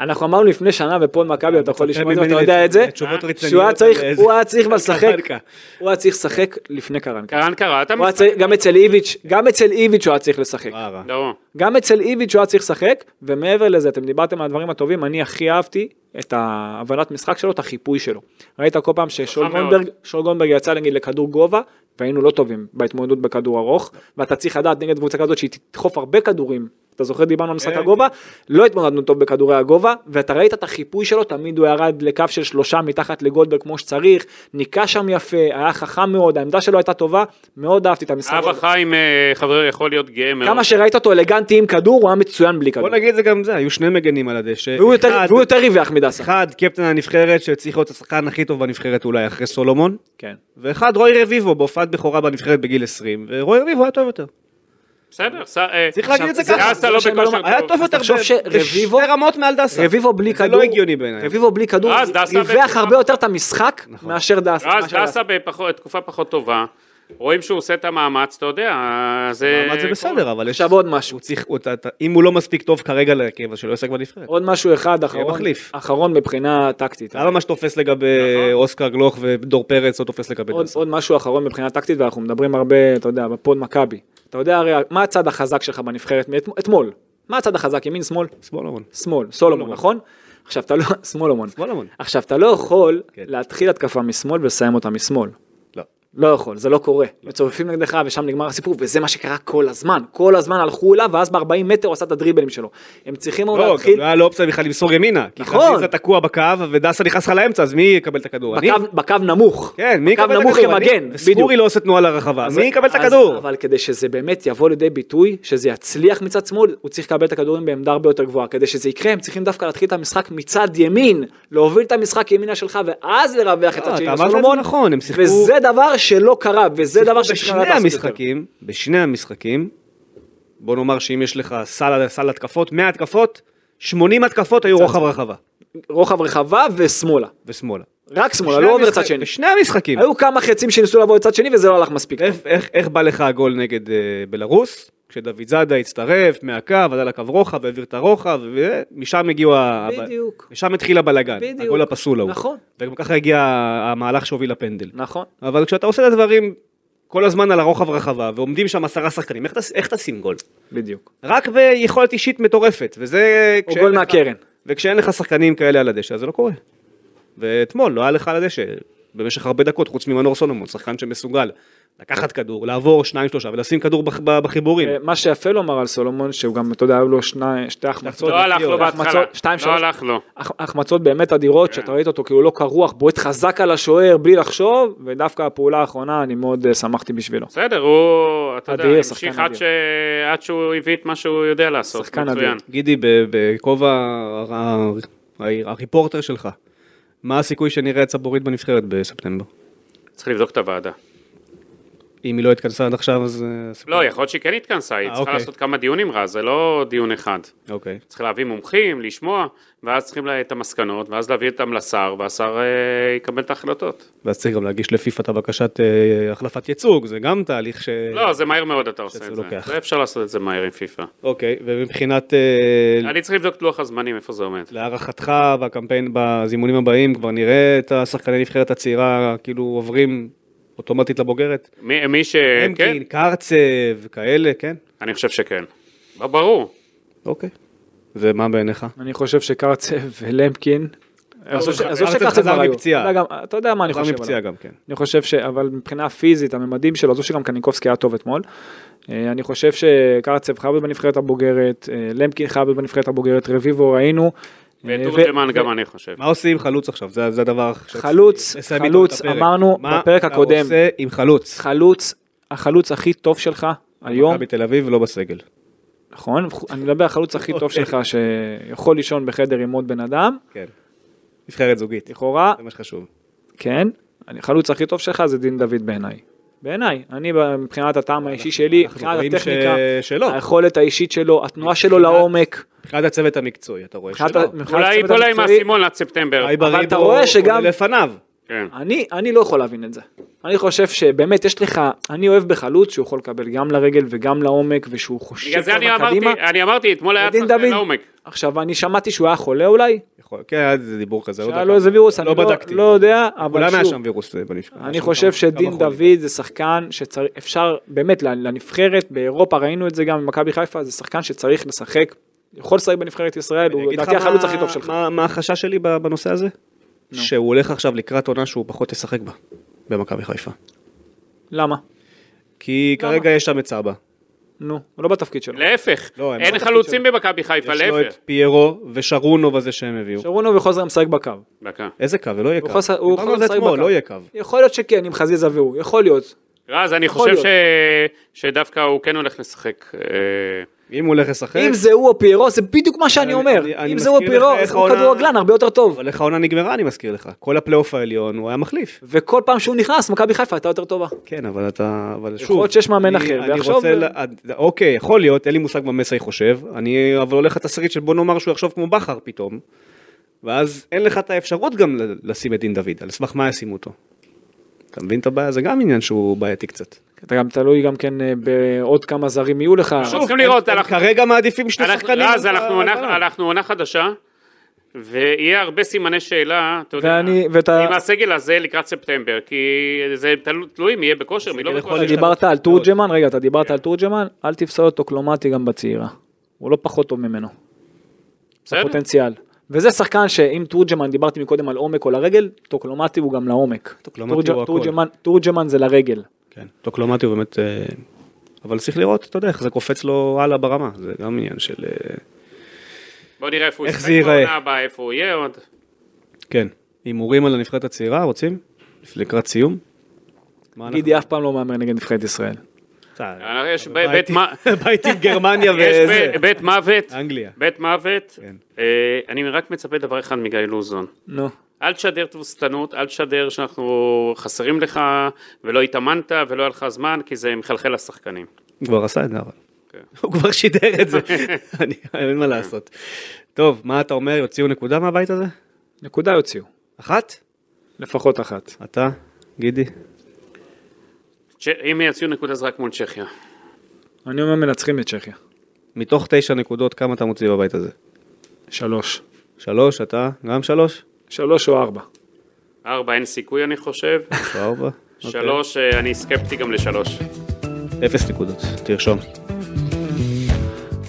S4: אנחנו אמרנו לפני שנה בפועל מכבי, אתה יכול לשמוע את זה,
S2: ממני
S4: אתה יודע את זה?
S2: אה, תשובות רציניות.
S4: שהוא היה צריך,
S2: על איזה-
S4: הוא היה צריך לשחק,
S2: קרנקה.
S4: הוא היה צריך לשחק לפני קרנקה.
S3: קרן קרא, אתה
S4: הוא היה צריך- גם אצל איביץ', גם אצל איביץ' הוא היה צריך לשחק.
S2: רע, רע.
S3: לא.
S4: גם אצל איביץ' הוא היה צריך לשחק, ומעבר לזה, אתם דיברתם על הדברים הטובים, אני הכי אהבתי את ההבנת משחק שלו, את החיפוי שלו. ראית כל פעם ששול
S3: חכם מאוד.
S4: גולדברג, שול גולדברג יצא נגיד לכדור גובה, והיינו לא טובים בהתמודדות בכדור ארוך, ואתה צריך לדעת נגד קבוצה כזאת שהיא תדחוף הרבה כדורים. אתה זוכר דיברנו על משחק
S3: כן,
S4: הגובה, לא התמודדנו טוב בכדורי הגובה, ואתה ראית את החיפוי שלו, תמיד הוא ירד לקו של שלושה מתחת לגולדברג כמו שצריך, ניקה שם יפה, היה חכם מאוד, העמדה שלו הייתה טובה, מאוד אהבתי את המשחק.
S3: אבא
S4: שלו.
S3: חיים, אה, חבר, יכול להיות גאה מאוד.
S4: כמה שראית אותו אלגנטי עם כדור, הוא היה מצוין בלי כדור.
S2: בוא נגיד זה גם זה, היו שני מגנים על הדשא.
S4: והוא יותר-
S2: אחד-
S4: והוא יותר ריווח מדסה.
S2: אחד, קפטן הנבחרת, שצריך להיות השחקן הכי טוב בנבחרת אולי, אחרי סולומון.
S4: כן.
S2: ואחד, רוי רביבו, בהופעת בכורה בנבחרת בגיל 20. ורוי רביבו היה טוב יותר.
S3: בסדר, ס- אה,
S2: צריך להגיד את זה
S4: עכשיו,
S2: ככה.
S3: דסה לא
S4: זה מה שאני
S3: בכושר
S4: אומר,
S2: היה
S3: טוב.
S2: טוב יותר
S4: תחשוב
S2: ב-
S4: שרביבו-
S2: בשתי רמות מעל דסה.
S4: רביבו בלי
S2: זה
S4: כדור,
S2: לא הגיוני בעיניי. נכון.
S4: רביבו בלי כדור,
S3: רז, דסה
S4: ריווח
S3: בעצם-
S4: הרבה יותר את המשחק מאשר דסה.
S3: רז
S4: מאשר
S3: דסה בתקופה פחות טובה, רואים שהוא עושה את המאמץ, אתה יודע, אה, זה...
S2: אבל זה בסדר, אבל יש...
S4: עכשיו עוד משהו,
S2: הוא צריך... הוא- אתה- אתה- אם הוא לא מספיק טוב כרגע להרכב, אז שלא ישחק בנבחרת.
S4: עוד משהו אחד אחרון,
S2: אה, מחליף. אה,
S4: אחרון מבחינה טקטית.
S2: למה מה שתופס לגבי אוסקר גלוך ודור פרץ לא תופס לגבי
S4: עוד,
S2: דסה?
S4: עוד משהו אחרון מבחינה טקטית ואנחנו מדברים הרבה אתה יודע בפוד מכבי. אתה יודע הרי מה הצד החזק שלך בנבחרת מאתמ- אתמול. מה הצד החזק ימין שמאל?
S2: שמאלומון.
S4: שמאל, סולומון נכון? עכשיו אתה לא, שמאלומון.
S2: שמאלומון.
S4: עכשיו אתה לא יכול
S2: כן.
S4: להתחיל התקפה משמאל ולסיים אותה משמאל.
S2: לא.
S4: לא יכול, זה לא קורה. מצופפים נגדך ושם נגמר הסיפור, וזה מה שקרה כל הזמן. כל הזמן הלכו אליו, ואז ב-40 מטר הוא עשה את הדריבלים שלו. הם צריכים או
S2: לא, גם
S4: להתחיל,
S2: לא היה לו אופציה בכלל למסור ימינה. כי
S4: נכון.
S2: חזיזה תקוע בקו, ודסה נכנס לך לאמצע, אז מי יקבל את הכדור? אני?
S4: בקו- בקו נמוך.
S2: כן, מי יקבל את
S4: בקו
S2: הכדור?
S4: נמוך כמגן,
S2: אני-
S4: בדיוק.
S2: ספורי לא עושה תנועה לרחבה,
S4: אז-
S2: מי יקבל את
S4: אז-
S2: הכדור?
S4: אבל כדי שזה באמת יבוא לידי ביטוי, שזה יצליח מצד שמאל, הוא צריך לקבל את הכדורים בעמדה הרבה יותר גבוהה. כדי שזה יקרה, הם צריכים דווקא להתחיל את המשחק מצד ימין, להוביל את המשחק ימינה שלך, ואז לרווח את
S2: לא,
S4: הצד שני
S2: אתה אמרת את
S4: לסולומון.
S2: זה נכון, הם שיחקו-
S4: וזה דבר שלא קרה, וזה דבר שצריך
S2: בשני
S4: לדעת לעשות יותר.
S2: המשחקים, בשני המשחקים, בוא נאמר שאם יש לך סל, סל התקפות, 100 התקפות, 80 התקפות היו רוחב רחבה
S4: רוחב רחבה ושמאלה.
S2: ושמאלה.
S4: רק שמאלה,
S2: בשני
S4: לא עובר
S2: המשחק-
S4: צד שני.
S2: בשני המשחקים.
S4: היו כמה חצים שניסו לבוא לצד שני וזה לא הלך מספיק. טוב.
S2: איך, איך, איך בא לך הגול נגד אה, בלרוס? כשדוד זאדה הצטרף מהקו, עלה לקו רוחב, העביר את הרוחב, ומשם הגיעו... ה-
S4: בדיוק.
S2: משם התחיל הבלגן,
S4: בדיוק.
S2: הגול הפסול ההוא.
S4: נכון.
S2: וגם ככה הגיע המהלך שהוביל לפנדל.
S4: נכון.
S2: אבל כשאתה עושה את הדברים כל הזמן על הרוחב רחבה, ועומדים שם עשרה שחקנים, איך, תס- איך תשים גול?
S4: בדיוק.
S2: רק ביכולת אישית מטורפת, וזה...
S4: או
S2: כשאין
S4: גול
S2: לך-
S4: מהקרן.
S2: וכשאין לך שחקנים כאלה על הדשא, אז זה לא קורה. ואתמול לא היה לך על הדשא, במשך הרבה דקות, חוץ ממנור סולומון, שחקן שמסוגל לקחת כדור, לעבור שניים שלושה ולשים כדור בח- ב- בחיבורים.
S3: כן.
S4: אה, מה שיפה לומר על סולומון, שהוא גם, אתה יודע, היו לו שני- שתי החמצות.
S3: לא הלך לו בהתחלה,
S4: החמצות- שתיים,
S3: לא
S4: שלוש.
S3: הלך לו.
S4: הח- החמצות באמת אדירות,
S2: כן.
S4: שאתה ראית אותו כאילו לא קרוח, בועט חזק על השוער בלי לחשוב, ודווקא הפעולה האחרונה, אני מאוד אה, שמחתי בשבילו.
S3: בסדר, הוא, אתה יודע,
S4: אדיר, שחקן
S3: המשיך עד
S4: אדיר.
S3: ש- עד שהוא הביא את מה שהוא יודע לעשות,
S4: שחקן
S3: מצוין.
S4: אדיר.
S2: גידי, ב- בכובע הר- הר- הר- הריפורטר שלך, מה הסיכוי שנראה את סבורית בנבחרת בספטמבר?
S3: צריך לבדוק את הוועדה.
S2: אם היא לא התכנסה עד עכשיו, אז... אה, הסיכוי-
S3: לא, יכול להיות שהיא כן התכנסה, היא
S2: אה,
S3: צריכה
S2: אוקיי.
S3: לעשות כמה דיונים רז, זה לא דיון אחד.
S2: אוקיי.
S3: צריך להביא מומחים, לשמוע, ואז צריכים לה- את המסקנות, ואז להביא אותם לשר, והשר אה, יקבל את ההחלטות.
S2: ואז צריך גם להגיש לפיפ"א את הבקשת אה, החלפת ייצוג, זה גם תהליך ש...
S3: לא, זה מהר מאוד אתה עושה
S2: שזה
S3: את
S4: לא
S3: זה.
S2: לוקח.
S3: זה אפשר לעשות את זה מהר עם פיפ"א.
S2: אוקיי, ומבחינת... אה,
S3: אני צריך לבדוק את לוח הזמנים, איפה זה עומד.
S2: להערכתך בקמפיין, בזימונים הבאים, כבר נראה את השחקני נבחרת הצעירה כאילו עוברים אוטומטית לבוגרת?
S3: מי מי ש... כן,
S4: כאילו-
S2: אמקין, קרצב, כאלה, כן?
S3: אני חושב שכן.
S4: אה,
S3: ברור.
S2: אוקיי. ומה בעיניך?
S4: אני חושב שקרצב ולמקין, עזוב ש- עזוב
S2: קרצב
S4: שקרצב
S2: חזר
S4: כבר היו.
S2: מפציעה.
S4: אתה יודע גם- אתה יודע מה אני
S2: חזר
S4: חושב
S2: מפציעה
S4: עליו.
S2: גם כן.
S4: אני חושב ש... אבל מבחינה פיזית, הממדים שלו, זו שגם קניקובסקי היה טוב אתמול. אה, אני חושב שקרצב חייב להיות בנבחרת הבוגרת, אה, למקין חייב להיות בנבחרת הבוגרת, רביבו ראינו. אה, ו-
S3: ותורג'מן גם אני חושב.
S2: מה עושים עם חלוץ עכשיו? זה זה הדבר שצריך
S4: חלוץ,
S2: לסיים איתו
S4: חלוץ,
S2: את הפרק.
S4: אמרנו בפרק
S2: מה
S4: הקודם.
S2: אתה עושה עם חלוץ?
S4: חלוץ, החלוץ הכי טוב שלך היום,
S2: מכבי תל אביב לא בסגל.
S4: נכון? אני מדבר על החלוץ הכי טוב
S2: אוקיי.
S4: שלך שיכול לישון בחדר עם עוד בן אדם,
S2: כן. נבחרת זוגית.
S4: לכאורה,
S2: זה מה שחשוב.
S4: כן, החלוץ הכי טוב שלך זה דין דוד בעיניי. בעיניי, אני מבחינת הטעם האישי שלי,
S2: אנחנו
S4: מבחינת
S2: רואים
S4: הטכניקה,
S2: ש- שלא.
S4: היכולת האישית שלו, התנועה שלו לעומק,
S2: מבחינת הצוות המקצועי, אתה רואה
S4: מבחינת
S2: שלא.
S4: ה- מבחינת
S3: אולי
S4: הצוות
S3: ייפול להם
S4: המקצועי,
S3: האסימון עד ספטמבר.
S2: אולי בריבו
S4: אתה רואה שגם-
S2: הוא לפניו.
S3: כן.
S4: אני, אני לא יכול להבין את זה. אני חושב שבאמת יש לך, אני אוהב בחלוץ שהוא יכול לקבל גם לרגל וגם לעומק ושהוא חושב
S3: בגלל זה אני
S4: קדימה.
S3: אמרתי, אני אמרתי, אתמול היה
S4: ודין
S3: צריך
S4: דוד.
S3: לעומק.
S4: עכשיו אני שמעתי שהוא היה חולה אולי,
S2: יכול- כן, היה איזה דיבור כזה. לא
S4: שהיה
S2: יודע
S4: לו
S2: כמה.
S4: איזה וירוס, אני
S2: לא בדקתי.
S4: לא יודע, אבל
S2: אולי היה
S4: שוב,
S2: שם וירוס אה, בלשכה. היה
S4: אני
S2: שם
S4: חושב
S2: כמה- כמה
S4: שדין
S2: חולים.
S4: דוד זה שחקן שאפשר באמת לנ- לנבחרת באירופה ראינו את זה גם במכבי חיפה זה שחקן שצריך לשחק. יכול לשחק בנבחרת ישראל
S2: אני
S4: הוא
S2: אגיד לך
S4: לדעתי החלוץ
S2: מה-
S4: הכי טוב שלך.
S2: מה- מה החשש שלי ב- בנושא הזה? שהוא הולך עכשיו לקראת עונה שהוא פחות ישחק בה, במכבי חיפה.
S4: למה?
S2: כי
S4: למה?
S2: כרגע יש שם את סבא.
S4: נו, הוא לא בתפקיד שלו.
S3: להפך,
S2: לא, הם לא
S3: אין
S2: בתפקיד
S3: חלוצים במכבי חיפה,
S2: יש לו את
S3: להפך.
S2: פיירו ושרונוב הזה שהם הביאו.
S4: שרונוב יכול לשחק משחק בקו.
S3: דקה.
S2: איזה קו? זה לא יהיה
S4: הוא
S2: קו.
S4: יכול לשחק- הוא
S2: דיברנו
S4: יכול
S2: על זה
S4: לשחק
S2: אתמול,
S4: בקו.
S2: לא יהיה קו.
S4: יכול להיות שכן עם חזיזה והוא, יכול להיות.
S3: רז, אני
S4: יכול
S3: חושב ש... שדווקא הוא כן הולך לשחק. אה,
S2: אם הוא הולך לשחק...
S4: אם זה הוא או פיירו זה בדיוק מה שאני
S2: כן. אני-
S4: אומר.
S2: אני- אני
S4: אם זה הוא או
S2: מזכיר לך
S4: פיירו
S2: איך
S4: אז הוא
S2: העונה-
S4: כדורגלן הרבה יותר טוב.
S2: אבל איך העונה נגמרה, אני מזכיר לך. כל הפלייאוף העליון, הוא היה מחליף.
S4: וכל פעם שהוא נכנס מכבי חיפה הייתה יותר טובה.
S2: כן, אבל אתה... אבל שוב...
S4: להיות שיש מאמן
S2: אני-
S4: אחר,
S2: אני
S4: ועכשיו-
S2: רוצה... ל- אוקיי, יכול להיות, אין לי מושג מה מסי חושב. אני אבל הולך לתסריט של בוא נאמר שהוא יחשוב כמו בכר פתאום. ואז אין לך את האפשרות גם ל- לשים את דין דוד, על סמך מה ישימו אותו. אתה מבין את הבעיה? זה גם עניין שהוא בעייתי קצת.
S4: אתה גם תלוי גם כן אה, בעוד כמה זרים יהיו לך.
S3: שוב, צריכים לראות,
S2: הם
S3: אנחנו-
S2: כרגע מעדיפים שני
S3: אנחנו-
S2: שחקנים.
S3: רז, אנחנו עונה-
S2: בהגנה.
S3: אנחנו עונה חדשה, ויהיה הרבה סימני שאלה, אתה יודע,
S4: ואני- ואת ה-
S3: עם הסגל הזה לקראת ספטמבר, כי זה תלו- תלוי מי יהיה בכושר, מי לא
S2: הסגל יכול
S3: בכושר.
S4: אתה דיברת על תורג'מן, רגע, אתה
S3: כן.
S4: דיברת על תורג'מן, אל תפסול אותו קלומטי גם בצעירה. הוא לא פחות טוב ממנו,
S3: בסדר?
S4: פוטנציאל. וזה שחקן שאם תורג'מן, דיברתי מקודם על עומק או לרגל, טוקלומטי הוא גם לעומק.
S2: טוקלומטי הוא
S4: תורג'-
S2: הכל.
S4: תורג'מן- תורג'מן זה לרגל.
S2: כן, טוקלומטי הוא באמת... אה, אבל צריך לראות, אתה יודע, איך זה קופץ לו הלאה ברמה. זה גם עניין של... אה,
S3: בוא נראה איפה הוא
S2: איך
S3: ישחק
S2: זה ייראה?
S3: בעונה הבאה, איפה הוא יהיה עוד.
S2: כן. הימורים על הנבחרת הצעירה, רוצים? לקראת סיום?
S3: נכון.
S2: מה אנחנו-
S4: גידי אף פעם לא מהמר נגד נבחרת ישראל.
S2: אתה-
S3: אה, יש ב-
S2: בית-
S3: בית מה-
S2: בית עם גרמניה
S3: יש
S2: וזה.
S3: ב- בית מוות,
S2: אנגליה.
S3: בית מוות.
S2: כן.
S3: אה, אני רק מצפה דבר אחד מגיא לוזון.
S4: נו.
S3: אל תשדר תבוסתנות, אל תשדר שאנחנו חסרים לך ולא התאמנת ולא היה לך זמן, כי זה מחלחל לשחקנים.
S2: הוא כבר עשה את זה אבל.
S3: כן.
S2: הוא כבר שידר את זה. אני- אין מה לעשות. טוב, מה אתה אומר? יוציאו נקודה מהבית הזה?
S4: נקודה יוציאו,
S2: אחת?
S4: לפחות אחת.
S2: אתה? גידי?
S3: צ'- אם יצאו נקודה זה רק מול צ'כיה.
S4: אני אומר מנצחים את צ'כיה.
S2: מתוך תשע נקודות, כמה אתה מוציא בבית הזה?
S4: שלוש.
S2: שלוש, אתה? גם שלוש?
S4: שלוש או ארבע.
S3: ארבע, אין סיכוי אני חושב.
S2: יש לו ארבע? אוקיי.
S3: שלוש, אה, אני סקפטי גם לשלוש.
S2: אפס נקודות, תרשום.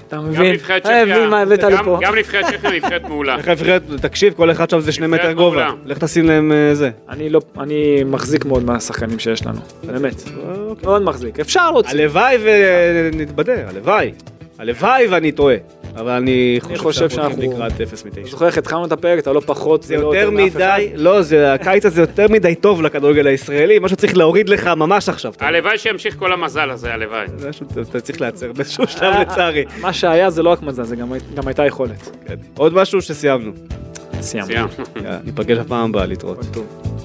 S4: אתה
S3: גם
S4: מבין?
S3: נבחרת
S4: אה, מבין מה הבאת
S3: צ'כיה, גם-
S4: לפה.
S3: גם נבחרת צ'כיה היא נבחרת מעולה.
S2: איך נבחרת, תקשיב, כל אחד שם זה שני
S3: נבחרת
S2: מטר גובה.
S3: מעולה.
S2: לך תשים להם אה, זה.
S4: אני לא, אני מחזיק מאוד מהשחקנים שיש לנו. באמת.
S3: אוקיי.
S4: מאוד מחזיק. אפשר להוציא.
S2: הלוואי ונתבדה, הלוואי. הלוואי ואני טועה. אבל אני
S4: חושב
S2: חושב שאנחנו הולכים
S4: שאנחנו-
S2: לקראת אפס
S4: אתה
S2: מתשע.
S4: זוכר איך התחלנו את הפרק, אתה לא פחות
S2: זה
S4: ולא
S2: יותר
S4: מאף אחד.
S2: מדי, לא, זה, הקיץ הזה יותר מדי טוב לכדורגל הישראלי, משהו צריך להוריד לך ממש עכשיו. אתה-
S3: הלוואי שימשיך כל המזל הזה, הלוואי.
S2: זה משהו- אתה- אתה צריך להיעצר באיזשהו שלב לצערי.
S4: מה שהיה זה לא רק מזל, זה גם, גם הייתה יכולת.
S2: כן. עוד משהו שסיימנו.
S4: סיימנו.
S3: סיימנו.
S2: יאללה, ניפגש הפעם הבאה, להתראות.
S4: כל טוב.